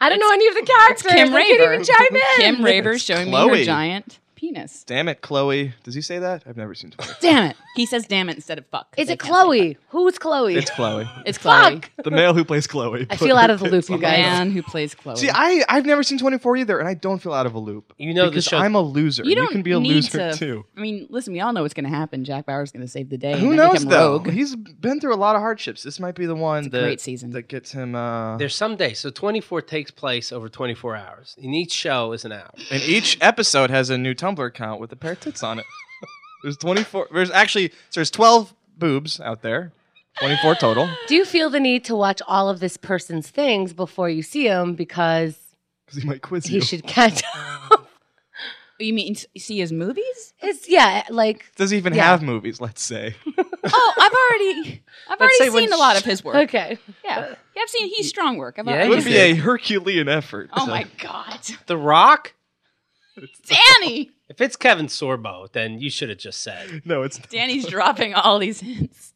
I don't know any of the characters. Kim I Raver. can't even chime in. Kim Raver It's showing me Chloe. her giant penis. Damn it, Chloe. Does he say that? I've never seen Twitter. Damn it. He says damn it instead of fuck. Is They it can't say Chloe? Who's Chloe? It's Chloe. fuck. It's Chloe. Fuck. The male who plays Chloe. I feel out of the loop, you guys. Man who plays Chloe. See, I, I've never seen 24 either, and I don't feel out of a loop. Um, You know the because show- I'm a loser. you don't can be a need loser to, too. I mean, listen, we all know what's going to happen. Jack Bauer's going to save the day. Who and then knows become though? Rogue. He's been through a lot of hardships. This might be the one that great season. that gets him. Uh, There's some days. So 24 takes place over 24 hours, and each show is an hour. and each episode has a new Tumblr account with a pair of tits on it. There's 24. There's actually so there's 12 boobs out there, 24 total. Do you feel the need to watch all of this person's things before you see him because Because he might quiz he should catch up? You mean s- see his movies? It's yeah, like Does he even Yeah. have movies? Let's say. Oh, I've already, I've Let's say already when seen a lot of his work. okay. Yeah, yeah, I've seen. He's strong work. I've Yeah, It already would he's seen be a Herculean effort. Oh to- my god, The Rock. Danny! If it's Kevin Sorbo, then you should have just said. No, it's Danny's dropping all these hints.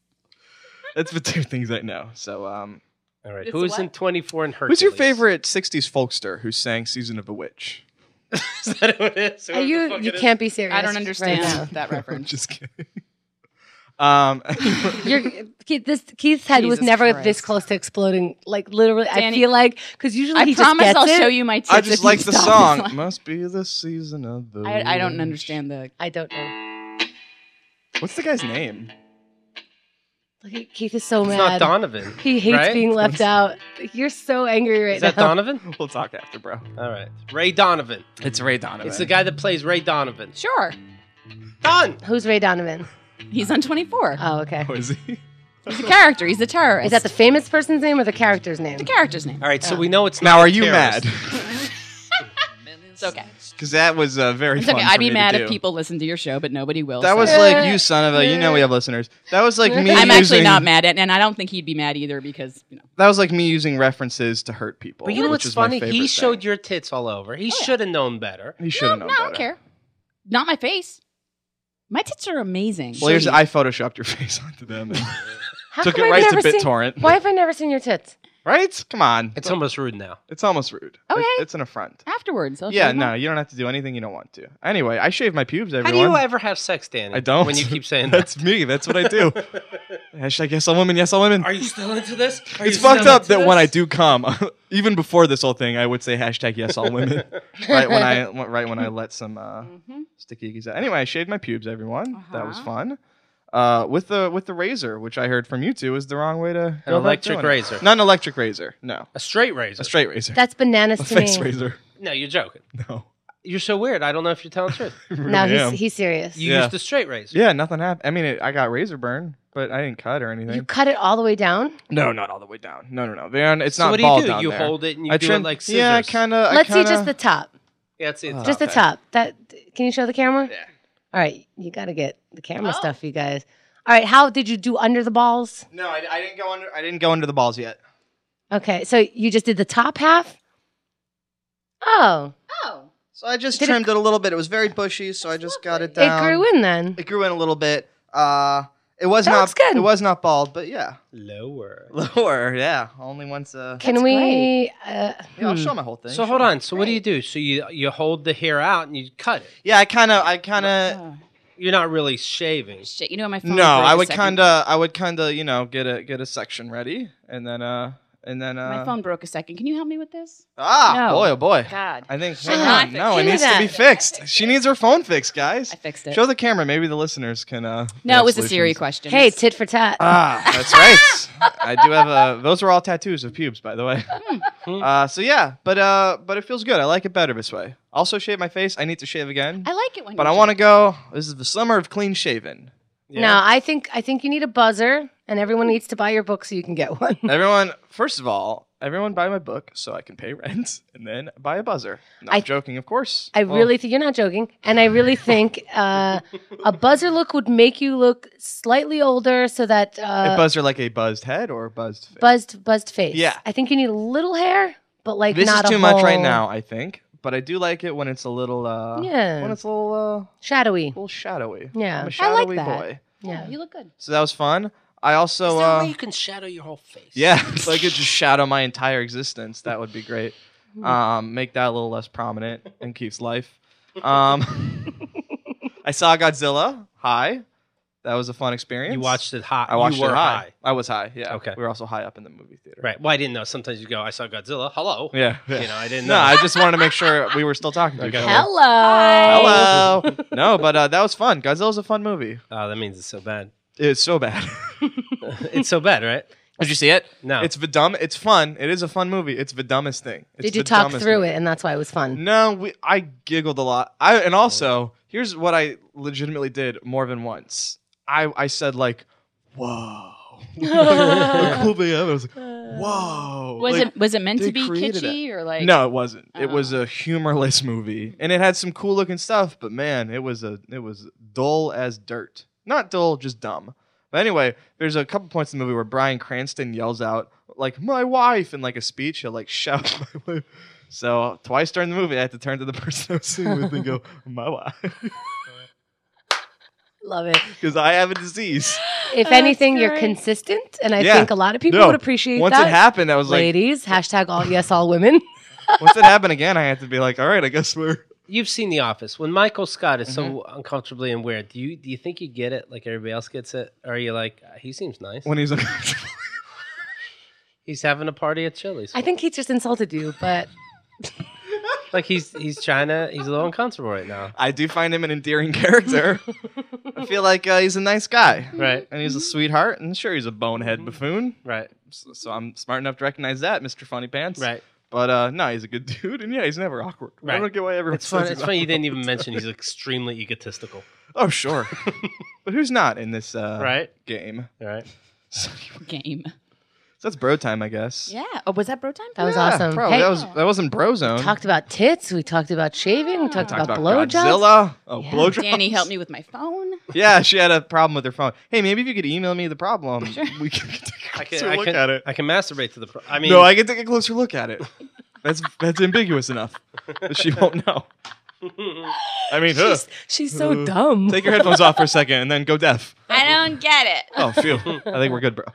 that's the two things I know. So, um, All right. It's Who's in what? 24 and Hercules? who's your favorite '60s folkster who sang "Season of the Witch"? is that who it is? Are Whoever the you fuck you it is. can't be serious. I don't understand Right that I'm reference. just kidding. Um, now. You're, Keith, this, Keith's head was Jesus never this Christ. close to exploding. Like literally, I Danny- feel like because usually I he promise just gets I'll it. show you my tits. I if just you like the stop song. this line. Must be the season of the. I, I don't witch. understand the. I don't know. What's the guy's name? Look at Keith is so It's mad. not Donovan. He hates right? being left out. You're so angry right Is that now. Donovan? We'll talk after, bro. All right. Ray Donovan. It's Ray Donovan. It's the guy that plays Ray Donovan. Sure. Done. Who's Ray Donovan? He's on 24. Oh, okay. Was he? He's a character. He's a terrorist. Is that the famous person's name or the character's name? the character's name? All right, so we know it's Now, not are a you terrorist. mad? It's okay. Because that was uh, very. It's okay. fun for I'd be me to mad do. if people listened to your show, but nobody will. That so- was like you, son of a. You know we have listeners. That was like me. I'm actually using- not mad at, and I don't think he'd be mad either because you know. That was like me using references to hurt people. But you know which what's is my funny? favorite He showed thing. your tits all Oh, over. He should have known better. He should have no, known no, I don't better. care. Not my face. My tits are amazing. Well, here's, I photoshopped your face onto them. and How took it come I've right to never seen- BitTorrent. Why have I never seen your tits? right? Come on. It's almost rude now. It's almost rude. Okay. It- it's an affront. Afterwards, I'll yeah, shave no, off. you don't have to do anything you don't want to. Anyway, I shave my pubes, How everyone. do you ever have sex, Danny? I don't. When you keep saying that. That's me. That's what I do. Hashtag yes, all women. Yes, all women. Are you still into this? Are it's you still fucked up into that when this? I do come, even before this whole thing, I would say hashtag yes, all women. right when I right when I let some uh, Mm-hmm. sticky ickies out. Anyway, I shaved my pubes, everyone. That was Uh-huh. fun. Uh, with the with the razor, which I heard from you two, is the wrong way to An go about electric doing it. razor. Not an electric razor. No, A straight razor. a straight razor. That's bananas a to face me. razor. no, you're joking. No. You're so weird. I don't know if you're telling the truth. I really No, am. he's, he's serious. You Yeah. used a straight razor. Yeah, nothing happened. I mean, it, I got razor burn, but I didn't cut or anything. you cut it all the way down. no, not all the way down. No, no, no. They aren't, it's So not what do ball you do? down You there. hold it and you I do trim- it like scissors. Yeah, I Uh-huh. kind of. Let's see just the top. Yeah, it's, it's Just the Okay. top. That can you show the camera? Yeah. All right, you got to get the camera Oh. stuff, you guys. All right, how did you do under the balls? No, I, I didn't go under. I didn't go under the balls yet. Okay, so you just did the top half. Oh, Oh, So I just Did it- trimmed it, a little bit. It was very bushy, so I just got it it down. grew in then. It grew in a little bit. Uh, it was That not looks good. it was not bald, but yeah, lower. lower. Yeah, only once. Uh, Can That's we? Uh, yeah, I'll show my whole thing. So hold on. So what do you do? So you you hold the hair out and you cut it. Yeah, I kind of, I kind of. You're not really shaving. Oh, shit! You know my phone. Uh, No, I would kind of. I would kind of. You know, get a get a section ready, and then uh, and then uh. My phone broke a second. Can you help me with this? Ah, No. boy, oh boy. God, I think hmm, Hang on, no, give it me needs that. to be fixed. She needs her phone fixed, guys. I fixed it. Show the camera. Maybe the listeners can. Uh, no, have it was a Siri solutions. question. hey, tit for tat. Ah, that's right. I do have a. Those are all tattoos of pubes, by the way. Hmm. Uh, so yeah, but uh, but it feels good. I like it better this way. Also, shave my face. I need to shave again, I like it when. but I you want to go. This is the summer of clean shaven. No, I think I think you need a buzzer, and everyone needs to buy your book so you can get one. Everyone, first of all, everyone buy my book so I can pay rent, and then buy a buzzer. Not I- joking, of course. I really think you're not joking, and I really think uh, a buzzer look would make you look slightly older, so that a uh, buzzer like a buzzed head or a buzzed face. buzzed buzzed face. Yeah. I think you need a little hair, but like this is not a too much right whole- now, I think. But I do like it when it's a little, uh, Yeah. when it's a little, uh, Shadowy. little shadowy. Yeah. I I'm a like shadowy that. boy. Yeah. You look good. So that was fun. I also, Is there a uh, way you can shadow your whole face? yeah, if I could just shadow my entire existence, that would be great. Mm-hmm. Um, make that a little less prominent in Keith's life. Um, I saw Godzilla. Hi, that was a fun experience. You watched it hot. I watched you were it high. I was high. Yeah. Okay. We were also high up in the movie theater. Right. Well, I didn't know. Sometimes you go, I saw Godzilla. Hello. Yeah. You know, I didn't know. No, I just wanted to make sure we were still talking to each Okay. other. Hello. Hello. no, but uh, that was fun. Godzilla's a fun movie. oh, that means it's so bad. It's so bad. it's so bad, right? Did you see it? No. It's the dumb. It's fun. It is a fun movie. It's the dumbest thing. It's Did you the talk dumbest through movie. it, and that's why it was fun? No, we, I giggled a lot. I and also here's what I legitimately did more than once. I I said like, "Whoa." Like, cool thing ever. I was like, "Whoa." Was Like, it was it meant they to be created kitschy or like? no, it wasn't. It was a humorless movie, and it had some cool looking stuff. But man, it was a it was dull as dirt. Not dull, just dumb. But anyway, there's a couple points in the movie where Brian Cranston yells out like "my wife" in like a speech. He'll like shout "my wife." So twice during the movie, I had to turn to the person I was sitting with and go "my wife" Love it. because I have a disease. If That's anything, you're great. consistent, and I Yeah. think a lot of people No, would appreciate Once that. it happened, I was like, Ladies, hashtag all yes, all women. once it happened again, I had to be like, "All right, I guess we're." You've seen The Office. When Michael Scott is so Mm-hmm. uncomfortably and weird, do you do you think you get it like everybody else gets it? Or are you like, "Ah, he seems nice? When he's like, He's having a party at Chili's. I think he just insulted you, but like he's he's trying to he's a little uncomfortable right now. I do find him an endearing character. I feel like uh, he's a nice guy. Right. And he's a sweetheart, and sure, he's a bonehead buffoon. Right. So, so I'm smart enough to recognize that, Mr. Funny Pants. Right. But uh, no, he's a good dude, and yeah, he's never awkward. Right. I don't get why everyone It's funny. says It's he's funny you awkward. didn't even mention he's extremely egotistical. Oh, sure. but who's not in this uh, right? game? Right. So, Game. that's bro time, I guess. Yeah. Oh, was that bro time? That was Yeah, awesome. bro, Hey, that was that wasn't bro zone. we talked about tits. We talked about shaving. We talked, Talked about, about blowjobs. Godzilla. Oh, Yeah. blowjobs. Danny helped me with my phone. Yeah, she had a problem with her phone. Hey, maybe if you could email me the problem, we can take a I can, closer I look can- at it. I can masturbate to the. Pro- I mean, no, I can take a closer look at it. That's that's ambiguous enough. She won't know. I mean, huh. She's, she's so dumb. take your headphones off for a second and then go deaf. I don't get it. Oh, phew. I think we're good, bro.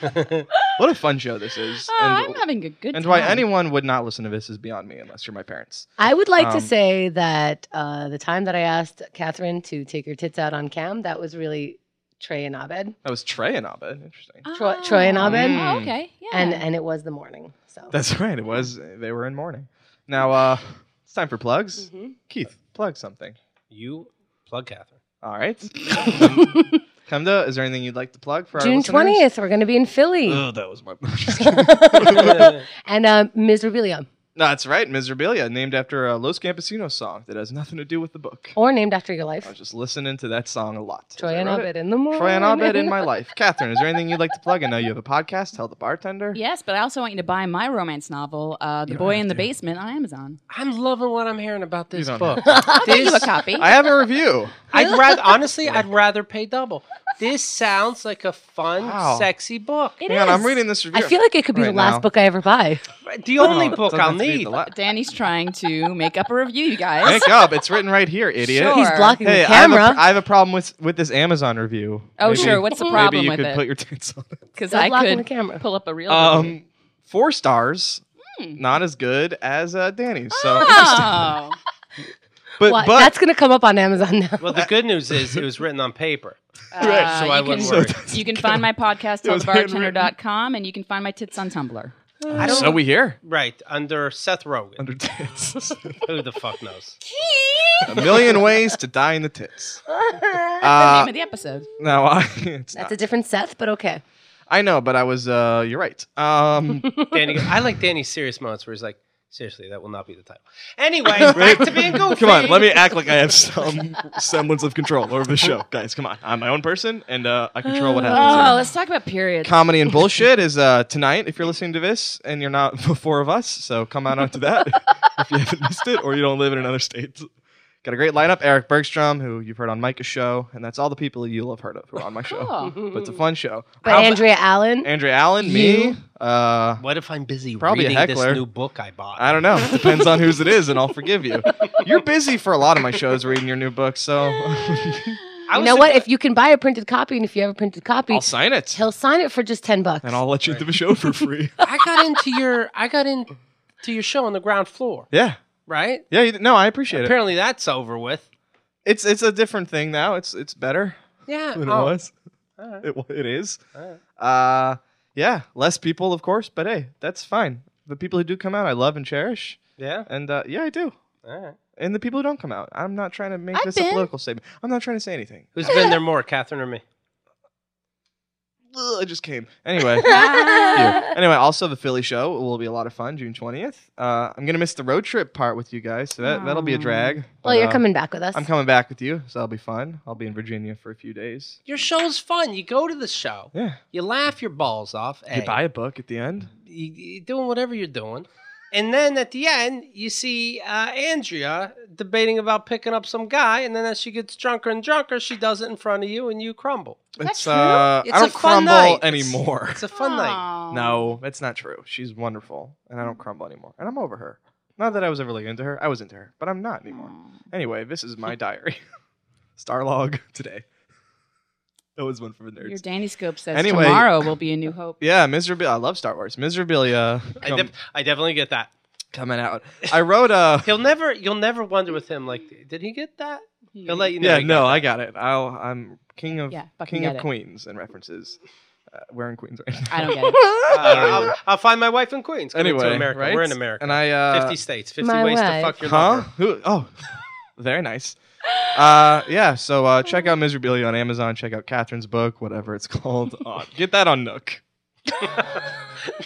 what a fun show this is. Oh, I'm and having a good and time. why anyone would not listen to this is beyond me unless you're my parents. I would like Um, to say that uh, the time that I asked Catherine to take her tits out on cam, that was really Trey and Abed, That was Trey and Abed. Interesting. Troy, Troy and Abed, Oh, okay. Yeah. and and it was the morning. So That's right. It was. They were in mourning. Now, uh, it's time for plugs. Mhm. Keith, plug something. you plug Catherine. All right. Kemda, is there anything you'd like to plug for our June listeners? twentieth, we're going to be in Philly, Oh, that was my. and uh, Miserabilia, That's right, Miserabilia, named after a Los Campesinos song that has nothing to do with the book. or named after your I was life, just listening to that song a lot. Troy I and wrote Abed Oh, it. in the morning. Troy and Abed in my life. Catherine, is there anything you'd like to plug? I know you have a podcast, Tell the Bartender. Yes, but I also want you to buy my romance novel, uh, The You don't Boy have in the to. Basement, on Amazon. I'm loving what I'm hearing about this don't book. I'll get you a This- copy. I have a review. I'd rather honestly, I'd rather pay double. This sounds like a fun, Wow. sexy book. It Hang on, I'm is. reading this review. I feel like it could be Right the last now. book I ever buy. The only Oh, book doesn't I'll have to be need. the la- Danny's trying to make up a review, you guys. Make up. It's written right here, idiot. Sure. He's blocking Hey, the I have, a, camera. I have a problem with with this Amazon review. Oh, sure, what's the problem Maybe you with could it? put your tits on it. Because Stop I blocking the could camera. pull up a real review. Um, four stars. Hmm. Not as good as uh, Danny's. So, Oh. but Why- but that's going to come up on Amazon now. Well, the good news is it was written on paper. Uh, So I you wouldn't can- worry. You can find my podcast, was handwritten. tellthebartender.com, and you can find my tits on Tumblr. I don't so we here right under Seth Rogen. under tits. Who the fuck knows? a million ways to die in the tits. Name Uh, of the episode. no, I, it's That's not. a different Seth, but okay. I know, but I was. Uh, you're right. Um, Danny, I like Danny's serious moments where he's like, "Seriously, that will not be the title." Anyway, back to being goofy. come on, let me act like I have some semblance of control over the show, guys. Come on, I'm my own person, and uh, I control what happens. here. Oh, let's talk about uh, periods. comedy and bullshit is uh, tonight if you're listening to this and you're not the four of us so come on out to that if you haven't missed it or you don't live in another state got a great lineup eric bergstrom who you've heard on micah's show and that's all the people you'll have heard of who are on my show Cool. but it's a fun show But How- Andrea Allen, andrea allen me You. uh, What if I'm busy Probably a reading this heckler. new book I bought? i don't know depends on whose it is and i'll forgive you you're busy for a lot of my shows reading your new book so I you was know what? thinking- If you can buy a printed copy, and if you have a printed copy, i'll sign it he'll sign it for just ten bucks. and i'll let you do the show for free I got into your I got into your show on the ground floor, yeah right? yeah you, no i appreciate it Apparently that's over with. it's it's a different thing now it's it's better Yeah. than oh, it was. Alright. It wa- it is. Alright. Uh, yeah, less people, of course, but hey, that's fine. The people who do come out, I love and cherish, Yeah. and uh, yeah, I do. All right. And the people who don't come out, I'm not trying to make I've this a been. political statement. I'm not trying to say anything. Who's been there more, Catherine or me? Ugh, I just came. Anyway, you. anyway, also the Philly show will be a lot of fun, June 20th. Uh, I'm gonna miss the road trip part with you guys, so that that'll be a Oh. drag. well, but, you're uh, coming back with us. I'm coming back with you, so that'll be fun. I'll be in Virginia for a few days. Your show's fun. You go to the show. Yeah, You laugh your balls off. A. you buy a book at the end. You- you're doing whatever you're doing. And then at the end, you see uh, Andrea debating about picking up some guy, and then as she gets drunker and drunker, she does it in front of you, and you crumble. It's, uh, It's I a don't fun crumble night. It's- anymore. It's a fun night. No, that's not true. She's wonderful, and I don't crumble anymore. And I'm over her. Not that I was ever really into her. I was into her, but I'm not anymore. Anyway, this is my diary. Starlog today. That was one for the Your nerds. Danny Scope says Anyway. tomorrow will be a new hope. Yeah, Miserabilia. I love Star Wars. Miserabilia I, come- def- I definitely get that. coming out. I wrote uh, a. He'll never, you'll never wonder with him. Like, did he get that? He'll let you know. uh, Yeah, he no, got I got it. I'll, I'm king of Yeah, fucking king get of it. queens and references. Uh, we're in Queens right now. I don't get it. that. Uh, I'll, I'll find my wife in Queens. Coming anyway, to America. right? We're in America. and I uh, 50 states, 50 My ways to wife. fuck your Huh? lover. Who? Oh, very nice. Uh, yeah. So uh, check out Miserabilia on Amazon. Check out Catherine's book, whatever it's called. Uh, get that on Nook.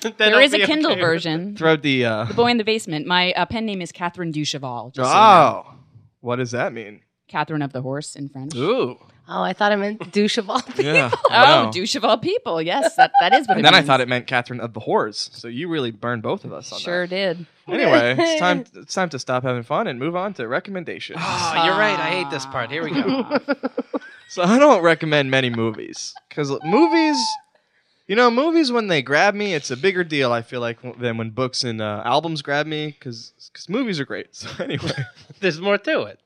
Then There I'll is a be okay Kindle with it. version. Throw the. Uh, The Boy in the Basement. My uh, pen name is Catherine Ducheval. just so you know. oh, what does that mean? Catherine of the Horse in French. Ooh. Oh, I thought I meant douche of all people. Yeah. Oh, douche of all people. Yes, that, that is what it And then I means. thought it meant Catherine of the Whores. So you really burned both of us on Sure did. that. Anyway, it's time it's time to stop having fun and move on to recommendations. Oh, you're right. I hate Ah. this part. Here we go. so I don't recommend many movies cuz movies you know, movies when they grab me, it's a bigger deal I feel like than when books and uh, albums grab me cuz cuz movies are great. So anyway, There's more to it.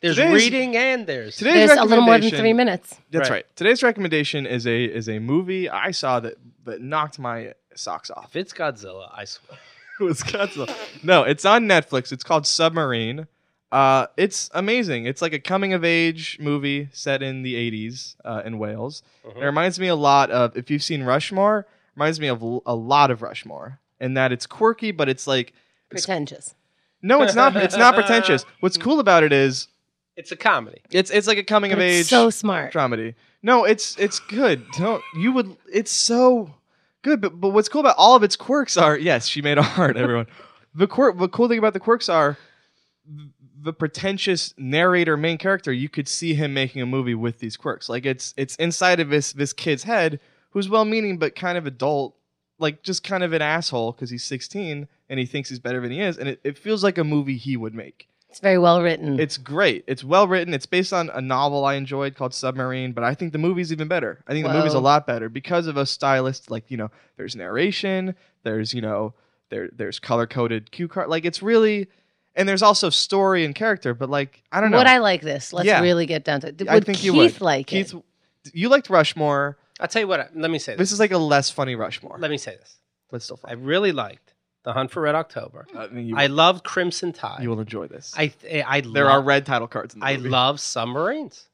There's Today's- reading and there's. today's There's a little more than recommendation- three minutes. That's Right. right. Today's recommendation is a is a movie I saw that that knocked my socks off. If it's Godzilla, I swear. was Godzilla. No, it's on Netflix. It's called Submarine. Uh, it's amazing. It's like a coming of age movie set in the 80s uh, in Wales. Mhm. It reminds me a lot of, if you've seen Rushmore, reminds me of l- a lot of Rushmore in that it's quirky, but it's like, Pretentious. no, it's not, it's not pretentious. What's cool about it is It's a comedy. it's, it's like a coming But of it's age so smart. dramedy. No, it's it's good. Don't you would it's so good. But but what's cool about all of its quirks are yes, she made a heart, everyone. the quirk the cool thing about the quirks are th- the pretentious narrator main character, you could see him making a movie with these quirks. Like it's it's inside of this this kid's head who's well meaning but kind of adult, like just kind of an asshole because he's 16 and he thinks he's better than he is, and it, it feels like a movie he would make. It's very well written. It's great. It's well written. It's based on a novel I enjoyed called Submarine, but I think the movie's even better. I think the movie's a Whoa. lot better because of a stylist like, you know, there's narration, there's, you know, there there's color-coded cue card. Like it's really and there's also story and character, but like I don't know. Would I like this? Let's Yeah. really get down to it. Would I think Keith you would. like Keith it? you liked Rushmore. I'll tell you what. I- Let me say this. This is like a less funny Rushmore. Let me say this. but still I fun. really liked The Hunt for Red October. I, mean, you, I loved Crimson Tide. you will enjoy this. I th- eh, I there love, are red title cards in the I movie. love submarines.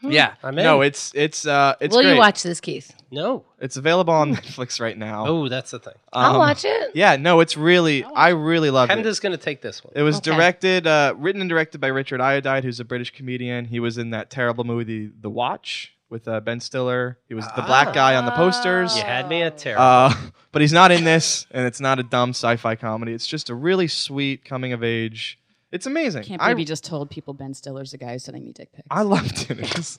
Hmm. Yeah, I'm in. No, it's it's uh it's Will great. you watch this, Keith? no. it's available on Netflix right now. Oh, that's the thing. I'll Um, watch it. Yeah, no, it's really Oh. I really loved it. Kenda's going to take this one. It was Okay. directed, uh, written and directed by Richard Iodide, who's a British comedian. He was in that terrible movie, The, the Watch, with uh, Ben Stiller. He was the Ah. black guy on the posters. Ah. you had me at terrible. Uh, but he's not in this, and it's not a dumb sci-fi comedy. It's just a really sweet coming of age. It's amazing. Can't I, believe you just told people Ben Stiller's the guy who's sending me dick pics. I loved it. It was-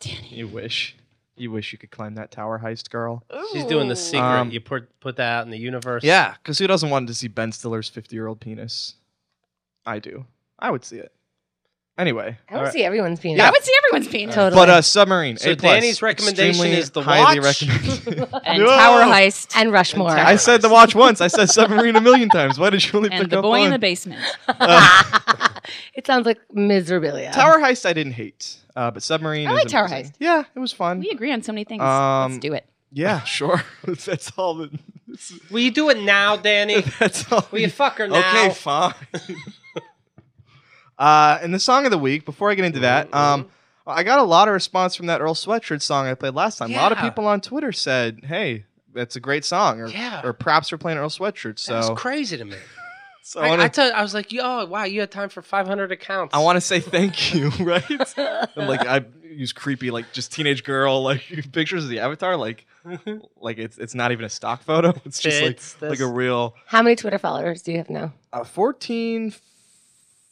Danny. You wish, you wish you could climb that tower heist, girl. She's doing the secret. Uh, Um, you put put that out in the universe. Yeah, because who doesn't want to see Ben Stiller's fifty-year-old penis? I do. I would see it. Anyway, I would see everyone's penis. I would see everyone's penis. Totally. But uh, submarine. So A plus. Danny's recommendation Extremely is The highly Watch? recommended. And No! Tower Heist. and Rushmore. I said the watch once. I said submarine a million times. Why did you only And pick the up boy one? in the basement. Uh, it sounds like miserabilia. Tower heist. I didn't hate, uh, but submarine. I is like Tower amazing. Heist. Yeah, it was fun. We agree on so many things. Um, Let's do it. Yeah, sure. that's all. That, Will you do it now, Danny? that's all. Will you fuck her now? Okay, fine. uh, and the song of the week, before I get into Mm-hmm. that, um, I got a lot of response from that Earl Sweatshirt song I played last time. A lot of Yeah. people on Twitter said, hey, that's a great song, or, Yeah. or props for playing Earl Sweatshirt. So, That was crazy to me. so I, wanna- I, tell, I was like, yo, wow, you had time for 500 accounts. I want to say thank you, right? and like I use creepy, like just teenage girl, like pictures of the avatar, like like it's it's not even a stock photo. It's just It's like this- like a real How many Twitter followers do you have now? uh, fourteen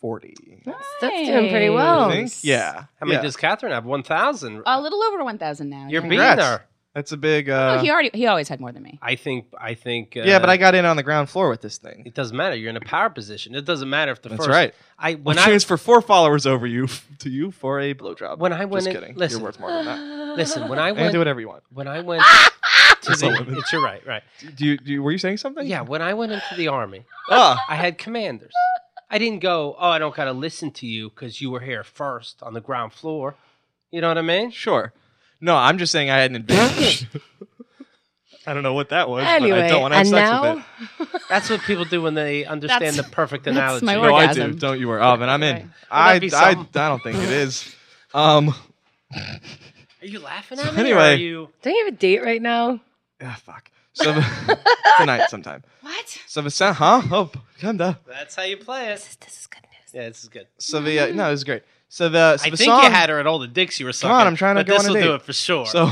forty. That's doing pretty well. I think yeah. How many yeah. does Catherine have? 1,000. A little over 1,000 now. You're yeah. beating Congrats. her. That's a big. No, Uh, Oh, he already he always had more than me. I think, I think. Uh, yeah, but I got in on the ground floor with this thing. It doesn't matter. You're in a power position. It doesn't matter if the That's first. right. I when When I I transfer four followers over you to you for a blowjob. When I went just in- kidding. listen. You're worth more than that. listen when I And went do whatever you want. when I went to It's all the, women. it's you're right right Do you, do you- were you saying Oh, something? yeah when I went into the army Ah, I had commanders. I didn't go. Oh, I don't gotta listen to you because you were here first on the ground floor. You know what I mean? Sure. No, I'm just saying I had an advantage. I don't know what that was, but I Anyway, don't want to have and sex now- with it. That's what people do when they understand the That's- perfect that's analogy. my No, word. I do. Orgasm. Don't you worry. Oh, and I'm in. I, that'd be I, I something. don't think it is. Um, Are you laughing at So me? Anyway, anyway- are you? Don't you have a date right now? ah, fuck. So the- tonight sometime. What? So the sound, huh? Oh, come down. That's how you play it. This, this is good news. Yeah, this is good. So the uh, no, it was great. So the so Mm. I the think song, you had her at all the dicks you were sucking. on, I'm trying to but go on this a will do date. it for sure. So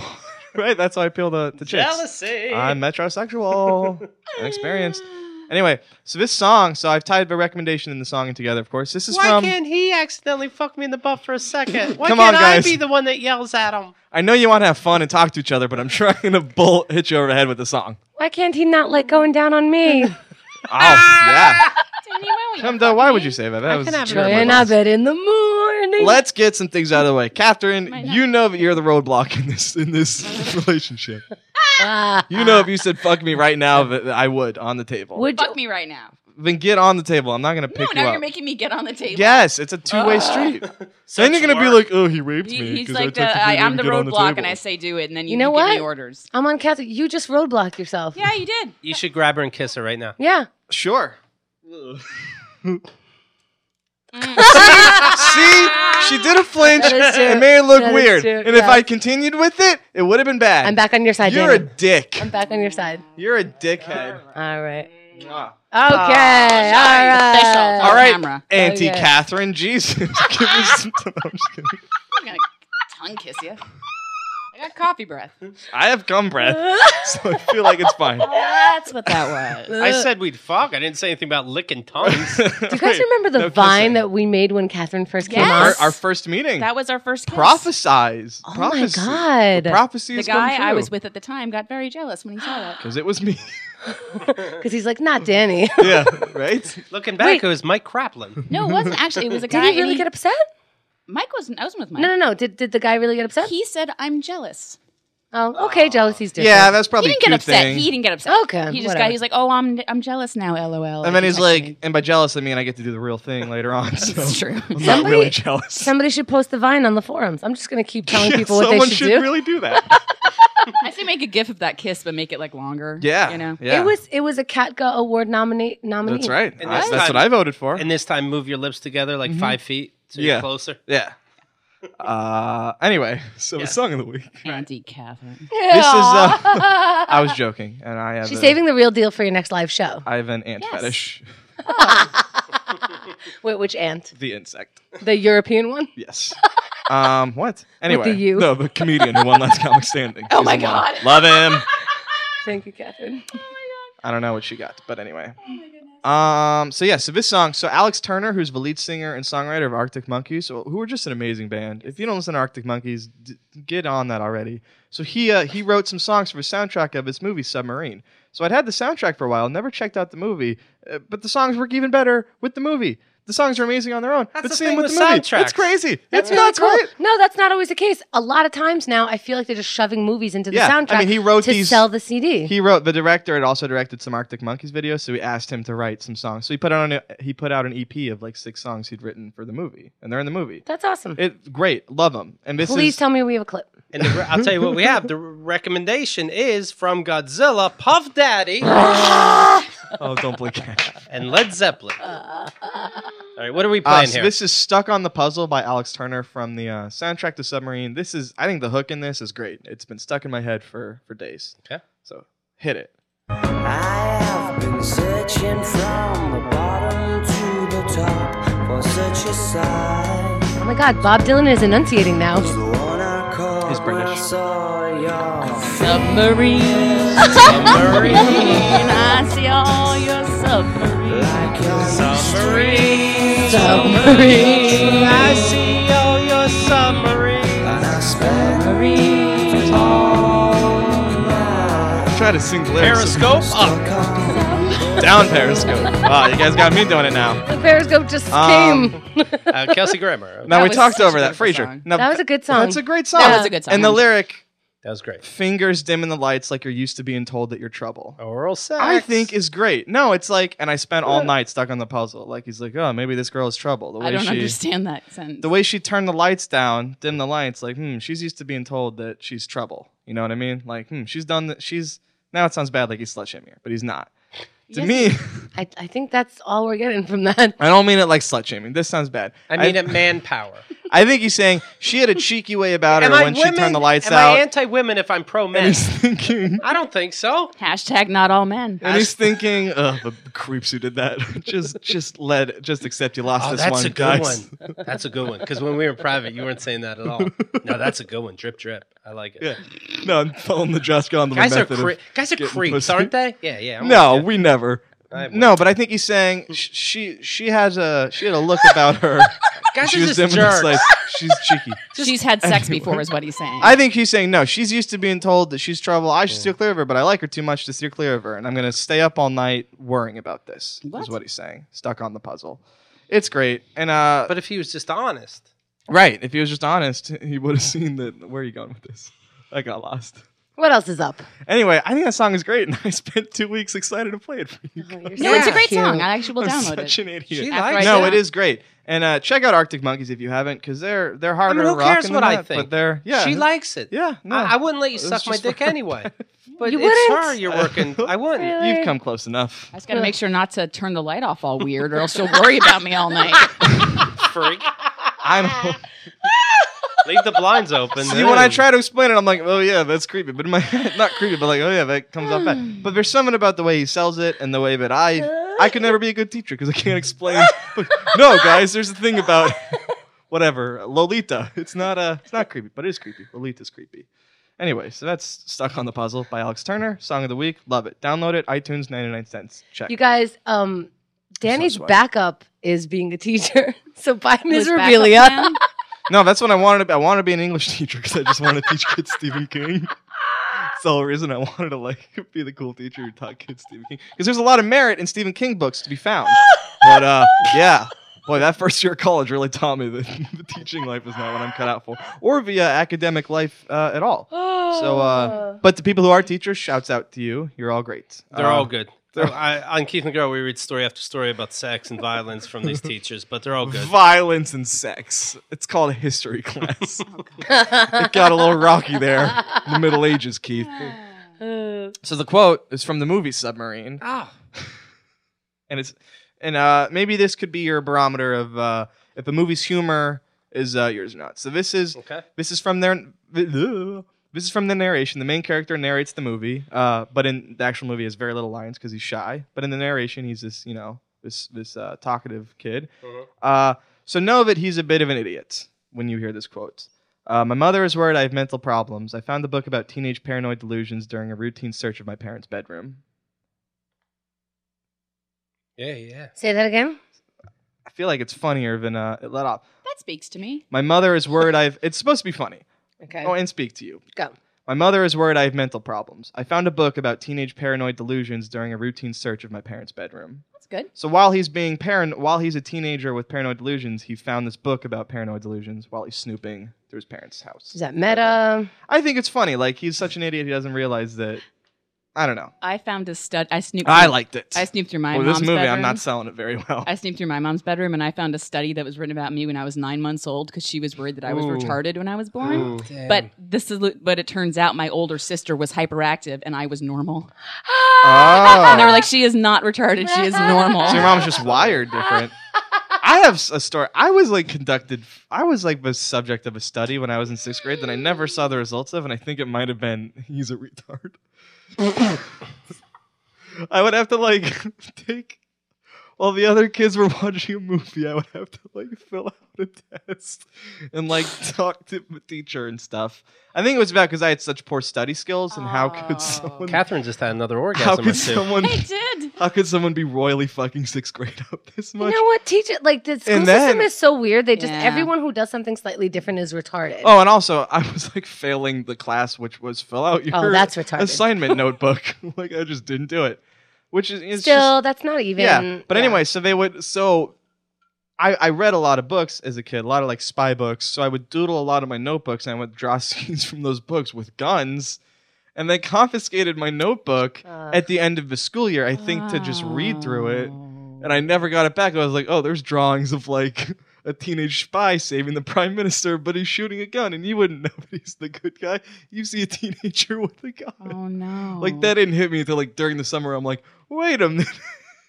right, that's how I appeal the the chicks. jealousy. I'm metrosexual. Inexperienced. Anyway, so this song, so I've tied the recommendation and the song together, of course. This is Why from. can't he accidentally fuck me in the butt for a second? Why Come on, can't I guys. be the one that yells at him? I know you want to have fun and talk to each other, but I'm trying to bull hit you over the head with the song. Why can't he not like going down on me? Oh yeah, Come Come though, why would you say that? That was Ah! can have it. terrible Try Trying advice. out bed in the morning. Let's get some things out of the way. Catherine, Might not. you know that you're the roadblock in this in this relationship. Ah. You know if you said fuck me right now that that I would on the table. Would you? Fuck me right now. then get on the table. I'm not gonna No, pick now you you're up. making me get on the table. yes, it's a two way street. then you're gonna be like, oh, he raped He- me. he's 'cause like, the, technically I, didn't I'm the get on roadblock, table." and I say do it, and then you, You know give me what? orders. I'm on Catholic. You just roadblock yourself. Yeah, you did. You should grab her and kiss her right now. Yeah. Sure. See, she did a flinch. That is true. It made it look That is weird. true, And if yeah. I continued with it, it would have been bad. I'm back on your side. You're a Danny. dick. I'm back on your side. You're a dickhead. All right. Mwah. Okay. all Ah, right. All All right, camera. Auntie Okay. Catherine, Jesus, give me some. I'm just kidding. I'm gonna tongue kiss you. I got coffee breath. I have gum breath, so I feel like it's fine. That's what that was. I said we'd fuck. I didn't say anything about licking tongues. Do you guys remember the No vine kissing. that we made when Catherine first came Our, on? Yes. our first meeting. That was our first kiss. prophesize. Oh my prophecy. God. The prophecy The has come guy I true. was with at the time got very jealous when he saw that. Because it was me. Because he's like, not Danny. yeah, right? Looking back, Wait. it was Mike Kraplin. No, it wasn't actually. It was a Did guy. he and really get upset? Mike wasn't. I wasn't with Mike. No, no, no. Did, did the guy really get upset? He said, "I'm jealous." oh, okay. Jealousy's different. Yeah, that's probably he didn't a get cute upset. thing. He didn't get upset. Okay, He just whatever. got. He's like, "Oh, I'm I'm jealous now." LOL. and then he's He texted like, me. and by jealous, I mean I get to do the real thing later on. So "It's true." I'm not Somebody- really jealous. Somebody should post the vine on the forums. I'm just going to keep telling Yeah, people what they someone should, do. really do that. I say make a gif of that kiss, but make it like longer. yeah. you know. yeah. It was it was a Katka Award nominate nominee. That's right. And That's, this that's what time- I voted for. And this time, move your lips together like five feet so you're Mm-hmm. Yeah. closer. yeah. Uh, anyway, so the Yeah. song of the week. Auntie Catherine. This is. Uh, I was joking, and I have. She's a- saving the real deal for your next live show. I have an ant Yes. fetish. Wait, which ant? The insect. The European one? Yes. um. What? Anyway. the U. No, the comedian who won Last Comic Standing. Oh He's my the one. God. Love him. Thank you, Catherine. I don't know what she got, but anyway. Oh Um. So yeah. So this song. So Alex Turner, who's the lead singer and songwriter of Arctic Monkeys, so- who are just an amazing band. If you don't listen to Arctic Monkeys, d- get on that already. So he uh, he wrote some songs for the soundtrack of his movie Submarine. So I'd had the soundtrack for a while, never checked out the movie, uh, but the songs work even better with the movie. The songs are amazing on their own. That's but the same thing with with the movie. soundtracks. It's crazy. it's really nuts, cool. right? No, that's not always the case. A lot of times now, I feel like they're just shoving movies into the Yeah, I soundtrack. mean, he wrote to these- sell the CD. He wrote the director had also directed some Arctic Monkeys videos, so we asked him to write some songs. So he put out an he put out an EP of like six songs he'd written for the movie, and they're in the movie. that's awesome. It great, love them. And this Please is tell me we have a clip. And the re- I'll tell you what we have. The recommendation is from Godzilla, Puff Daddy, oh, don't blink. and Led Zeppelin. All right, what are we playing Uh, so here? this is "Stuck on the Puzzle" by Alex Turner from the uh, soundtrack to Submarine. This is I think the hook in this is great. It's been stuck in my head for for days. Okay. so hit it. I have been searching from the bottom to the top for such a sight. Oh my God, Bob Dylan is enunciating now. The one I caught He's when I British. saw your Submarine. Submarine. I see all your submarines. like your Submarine. I see all your submarines. and I spent Try to sing the lyrics. Periscope up. down Periscope. Wow, you guys got me doing it now. The Periscope just Um, came. Uh, Kelsey Grammer. Now That we was talked such a over that, beautiful Frazier. song. Now, That was a good song. That's a great song. That was a good song. And the lyric, That was great. fingers dimming the lights like you're used to being told that you're trouble. Oral sex. I think is great. No, it's like, and I spent all night stuck on the puzzle. Like he's like, oh, maybe this girl is trouble. The way I don't she, understand that sentence. the way she turned the lights down, dimmed the lights. Like, hmm, she's used to being told that she's trouble. You know what I mean? Like, hmm, she's done. That, she's now it sounds bad, like he's slut shaming her, but he's not. To me, I, I think that's all we're getting from that. I don't mean it like slut shaming. This sounds bad. I mean, it manpower. I think he's saying she had a cheeky way about her Am I when she women? turned the lights Am out. I anti-women if I'm pro-men? he's thinking, I don't think so. Hashtag not all men. And he's thinking, ugh, the creeps who did that. just just let just accept you Oh, lost this one, guys. one. That's a good one. Because when we were private, you weren't saying that at all. No, that's a good one. Drip, drip. I like it. Yeah. No, I'm following the Josh Gondelman Guys are method. of- cre- guys are getting creeps, pussy. aren't they? Yeah, yeah. I'm no, with we never. I- No, but I think he's saying sh- she she has a she had a look about her. Guys she are was just dim and it's jerks. like, she's cheeky. She's had sex before, is what he's saying. I think he's saying no. She's used to being told that she's trouble. I should steer clear of her, but I like her too much to steer clear of her, and I'm going to stay up all night worrying about this. Is What? what he's saying. Stuck on the puzzle. It's great, and uh, But if he was just honest, right. If he was just honest, he would have seen that. Where are you going with this? I got lost. What else is up? Anyway, I think that song is great, and I spent two weeks excited to play it for you. guys. no, it's a great Cute. song. I actually will I'm download such it. an idiot. she After likes I no, Yeah. it is great. And uh, check out Arctic Monkeys if you haven't, because they're they're harder who rock cares than what I that, think? But they're yeah, She likes it. yeah. No, I, I wouldn't let you It's suck my just dick for- anyway. But You it's wouldn't? her you're working. I wouldn't. Really? You've come close enough. I just got to make sure not to turn the light off all weird, or else she'll worry about me all night. Freak. I'm. Leave the blinds open. See, when I try to explain it, I'm like, oh yeah, that's creepy. But in my head, not creepy, but like, oh yeah, that comes off bad. But there's something about the way he sells it and the way that I, I could never be a good teacher because I can't explain. But, no, guys, there's a thing about whatever Lolita. It's not uh, it's not creepy, but it is creepy. Lolita's creepy. Anyway, so that's stuck on the puzzle by Alex Turner, song of the week. Love it. Download it. iTunes, 99 cents. Check. You guys, um, Danny's sorry. backup is being a teacher. So buy Who's backup Miserabilia. plan? No, that's what I wanted. To be. I wanted to be an English teacher because I just wanted to teach kids Stephen King. It's the whole reason I wanted to like be the cool teacher who taught kids Stephen King because there's a lot of merit in Stephen King books to be found. But uh, yeah, boy, that first year of college really taught me that the teaching life is not what I'm cut out for, or via academic life uh, at all. So, uh, but the people who are teachers, shouts out to you. You're all great. Uh-huh. They're Uh, all good. they're- I, on Keith and Girl, we read story after story about sex and violence from these teachers, but they're all good. Violence and sex. It's called a history class. it got a little rocky there in the Middle Ages, Keith. Uh, So the quote is from the movie Submarine, Ah, and it's and uh, maybe this could be your barometer of uh, if the movie's humor is uh, yours or not. So this is okay. this is from their this is from the narration. The main character narrates the movie, uh, but in the actual movie, he has very little lines because he's shy. But in the narration, he's this you know this this uh, talkative kid. Mhm. Uh, so know that he's a bit of an idiot when you hear this quote. Uh, my mother is worried I have mental problems. I found a book about teenage paranoid delusions during a routine search of my parents' bedroom. Yeah, yeah. Say that again. I feel like it's funnier than uh, it let off. That speaks to me. My mother is worried I've. It's supposed to be funny. Okay. Oh, and speak to you. Go. My mother is worried I have mental problems. I found a book about teenage paranoid delusions during a routine search of my parents' bedroom. That's good. So while he's being paranoid, while he's a teenager with paranoid delusions, he found this book about paranoid delusions while he's snooping through his parents' house. Is that meta? I think it's funny. Like he's such an idiot, he doesn't realize that. I don't know. I found a stud. I snooped. I through- liked it. I snooped through my well, mom's this movie, I'm bedroom. not selling it very well. I sneaked through my mom's bedroom and I found a study that was written about me when I was nine months old because she was worried that I was Ooh. retarded when I was born. Ooh. Mm. But this is, but it turns out my older sister was hyperactive and I was normal. And they were oh, like, "She is not retarded. She is normal." so your mom's just wired different. I have s- a story. I was like conducted. I was like the subject of a study when I was in sixth grade that I never saw the results of, and I think it might have been he's a retard. I would have to like take while the other kids were watching a movie. I would have to like fill out a test and like talk to the teacher and stuff. I think it was about because I had such poor study skills, and how could Oh. someone? Catherine just had another orgasm. how or could two. someone? I did. How could someone be royally fucking sixth grade up this You much? know what? Teach it. Like the school And then- system is so weird. They just Yeah. everyone who does something slightly different is retarded. Oh, and also I was like failing the class, which was fill out your Oh, that's retarded. assignment notebook. like I just didn't do it, which is it's Still, that's not just, even. yeah. But anyway, so they would so. I, I read a lot of books as a kid, a lot of like spy books. So I would doodle a lot of my notebooks and I would draw scenes from those books with guns. And they confiscated my notebook Uh. at the end of the school year, I think, to just read through it. Oh. and I never got it back. I was like, oh, there's drawings of like a teenage spy saving the prime minister, but he's shooting a gun, and you wouldn't know that he's the good guy. You see a teenager with a gun. Oh no! Like that didn't hit me until like during the summer. I'm like, wait a minute,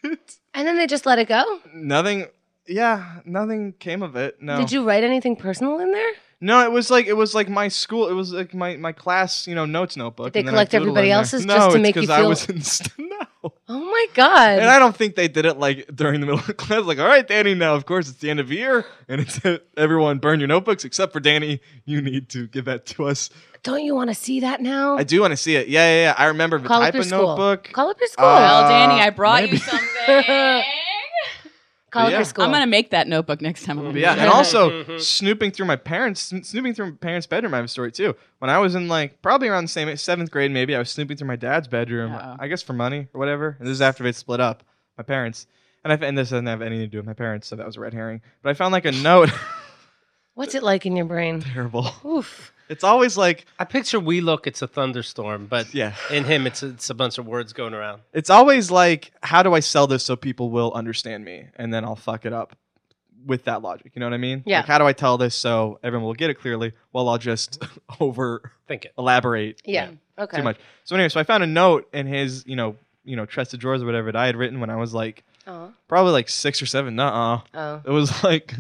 and then they just let it go. nothing. Yeah, nothing came of it. No, Did you write anything personal in there? no, it was like it was like my school. It was like my my class, you know, notes notebook. Did they and then I collect doodled everybody in there. else's no, just to it's make you 'cause I feel- was in st- no. Oh my god. And I don't think they did it like during the middle of class. Like, all right, Danny, now of course it's the end of the year, and it's everyone burn your notebooks except for Danny. You need to give that to us. don't you want to see that now? I do want to see it. Yeah, yeah, yeah. I remember the Call up type your of school. notebook. Call up your school. Uh, well, Danny, I brought maybe. you something. Call up yeah. your school. I'm gonna make that notebook next time. I'm But yeah, and also snooping through my parents, sn- snooping through my parents' bedroom. I have a story too. When I was in like probably around the same seventh grade, maybe I was snooping through my dad's bedroom. Uh-oh. I guess for money or whatever. And this is after they split up, my parents. And I f- and this doesn't have anything to do with my parents, so that was a red herring. But I found like a note. What's it like in your brain? Terrible. Oof. It's always like I picture we look, it's a thunderstorm, but Yeah. in him, it's a, it's a bunch of words going around. it's always like how do I sell this so people will understand me, and then I'll fuck it up with that logic. You know what I mean? Yeah. Like, how do I tell this so everyone will get it clearly? Well, I'll just over Think it. elaborate. Yeah. Okay. too much. So anyway, so I found a note in his, you know, you know, trusted drawers or whatever that I had written when I was like Oh. probably like six or seven. Nuh-uh. Oh. It was like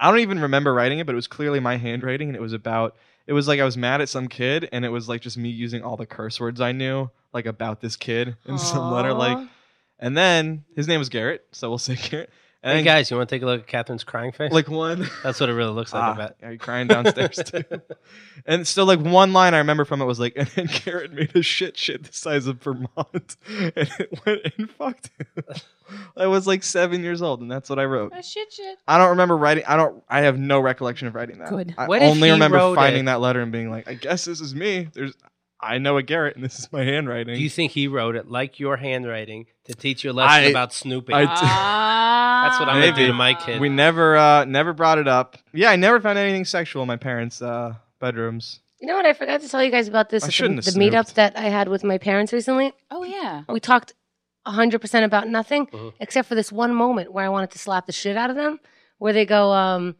I don't even remember writing it, but it was clearly my handwriting, and it was about it was like I was mad at some kid, and it was like just me using all the curse words I knew, like about this kid in some letter, like. Aw. And then his name was Garrett, so we'll say Garrett. And Hey then guys, you want to take a look at Catherine's crying face? like one. that's what it really looks like. I Ah, bet. Are you crying downstairs too? and so, like one line I remember from it was like, "And then Garrett made a shit shit the size of Vermont, and it went and fucked him." I was like seven years old, and that's what I wrote. shit, shit. I don't remember writing. I don't. I have no recollection of writing that. Good. I What if only he remember wrote finding it? that letter and being like, "I guess this is me." There's, I know a Garrett, and this is my handwriting. Do you think he wrote it like your handwriting to teach you a lesson I- about snooping? I- Ah. Ah. That's what I'm gonna do to my kid. we never, uh, never brought it up. Yeah, I never found anything sexual in my parents' uh, bedrooms. You know what? I forgot to tell you guys about this. I at the- shouldn't the, have meetup snooped. that I had with my parents recently. Oh yeah. We talked 100% about nothing Mhm. except for this one moment where I wanted to slap the shit out of them, where they go, um,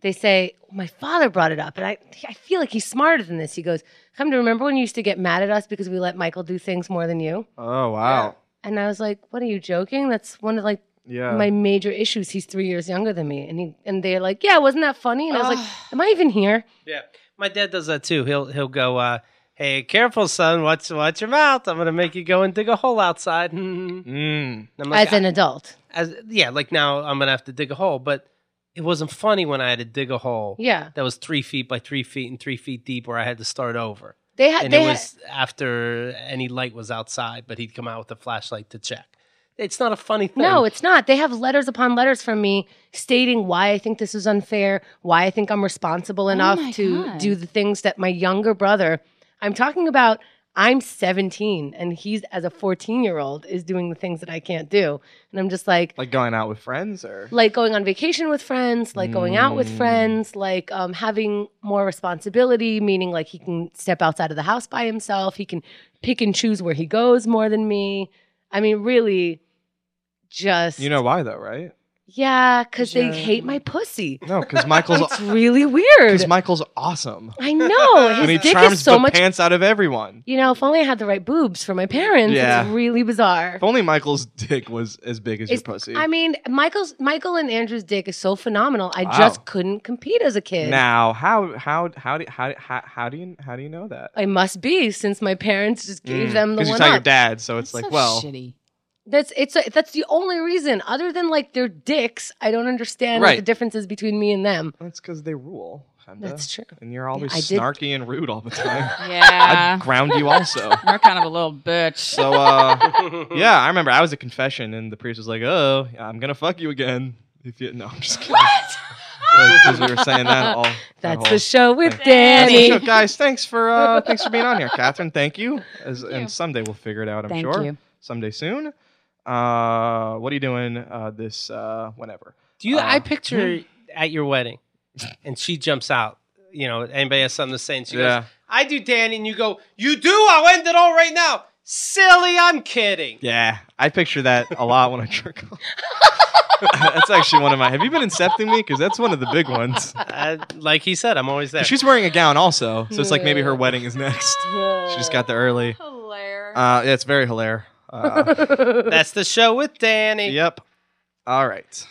they say, My father brought it up. And I, I feel like he's smarter than this. He goes, Come to remember when you used to get mad at us because we let Michael do things more than you? Oh wow. And I was like, What are you joking? That's one of like Yeah. my major issues. He's three years younger than me. And he and they're like, Yeah, wasn't that funny? And I was like, Am I even here? Yeah, my dad does that too. He'll he'll go, uh, "Hey, careful, son. Watch watch your mouth. I'm gonna make you go and dig a hole outside." And Mm. I'm like, As an adult. as yeah, like now I'm gonna have to dig a hole, but it wasn't funny when I had to dig a hole. Yeah. That was three feet by three feet and three feet deep, where I had to start over. They had And they it had- was after any light was outside, but he'd come out with a flashlight to check. It's not a funny thing. No, it's not. They have letters upon letters from me stating why I think this is unfair, why I think I'm responsible enough my to God. do the things that my younger brother, I'm talking about, I'm 17 and he's as a 14 year old is doing the things that I can't do. And I'm just like, Like going out with friends or like going on vacation with friends, like going out with Mm. friends, like um, having more responsibility, meaning like he can step outside of the house by himself. He can pick and choose where he goes more than me. I mean, really, just you know why though, right? yeah, because Sure. they hate my pussy. No, because Michael's It's really because weird. Michael's awesome. I know And he his dick charms is so the much. pants out of everyone. you know, if only I had the right boobs for my parents. Yeah. It's really bizarre. If only Michael's dick was as big as your It's- pussy. I mean, Michael's Michael and Andrew's dick is so phenomenal. I Wow. just couldn't compete as a kid. now, how how how do how how, how do you how do you know that? I must be since my parents just gave Mm. them the you one saw your up. dad, so it's That's like, so well, shitty. That's it's a, that's the only reason. Other than like their dicks, I don't understand what Right. the differences between me and them. that's because they rule. kinda. That's true. And you're always I did- snarky and rude all the time. Yeah. I'd ground you also. You're kind of a little bitch. So uh, yeah, I remember I was at confession and the priest was like, "Oh, I'm gonna fuck you again." If you no, I'm just kidding. Because we were saying that all. that That's whole- the show with That's That's the Danny. show, guys. Thanks for uh, thanks for being on here, Catherine. Thank you. As, Thank you. And someday we'll figure it out. I'm Thank sure. you. Someday soon. Uh, what are you doing uh, this uh, whenever? Do you? Uh, I Hmm? picture at your wedding, and she jumps out. You know, anybody has something to say, and she Yeah. goes, "I do, Danny," and you go, "You do? I'll end it all right now." Silly, I'm kidding. Yeah, I picture that a lot when I jerk off. that's actually one of my. Have you been incepting me? Because that's one of the big ones. Uh, like he said, I'm always there. She's wearing a gown also, so it's like maybe her wedding is next. She just got there early. Hilarious. Uh, yeah, it's very hilarious. Uh, That's the show with Danny. yep. All right.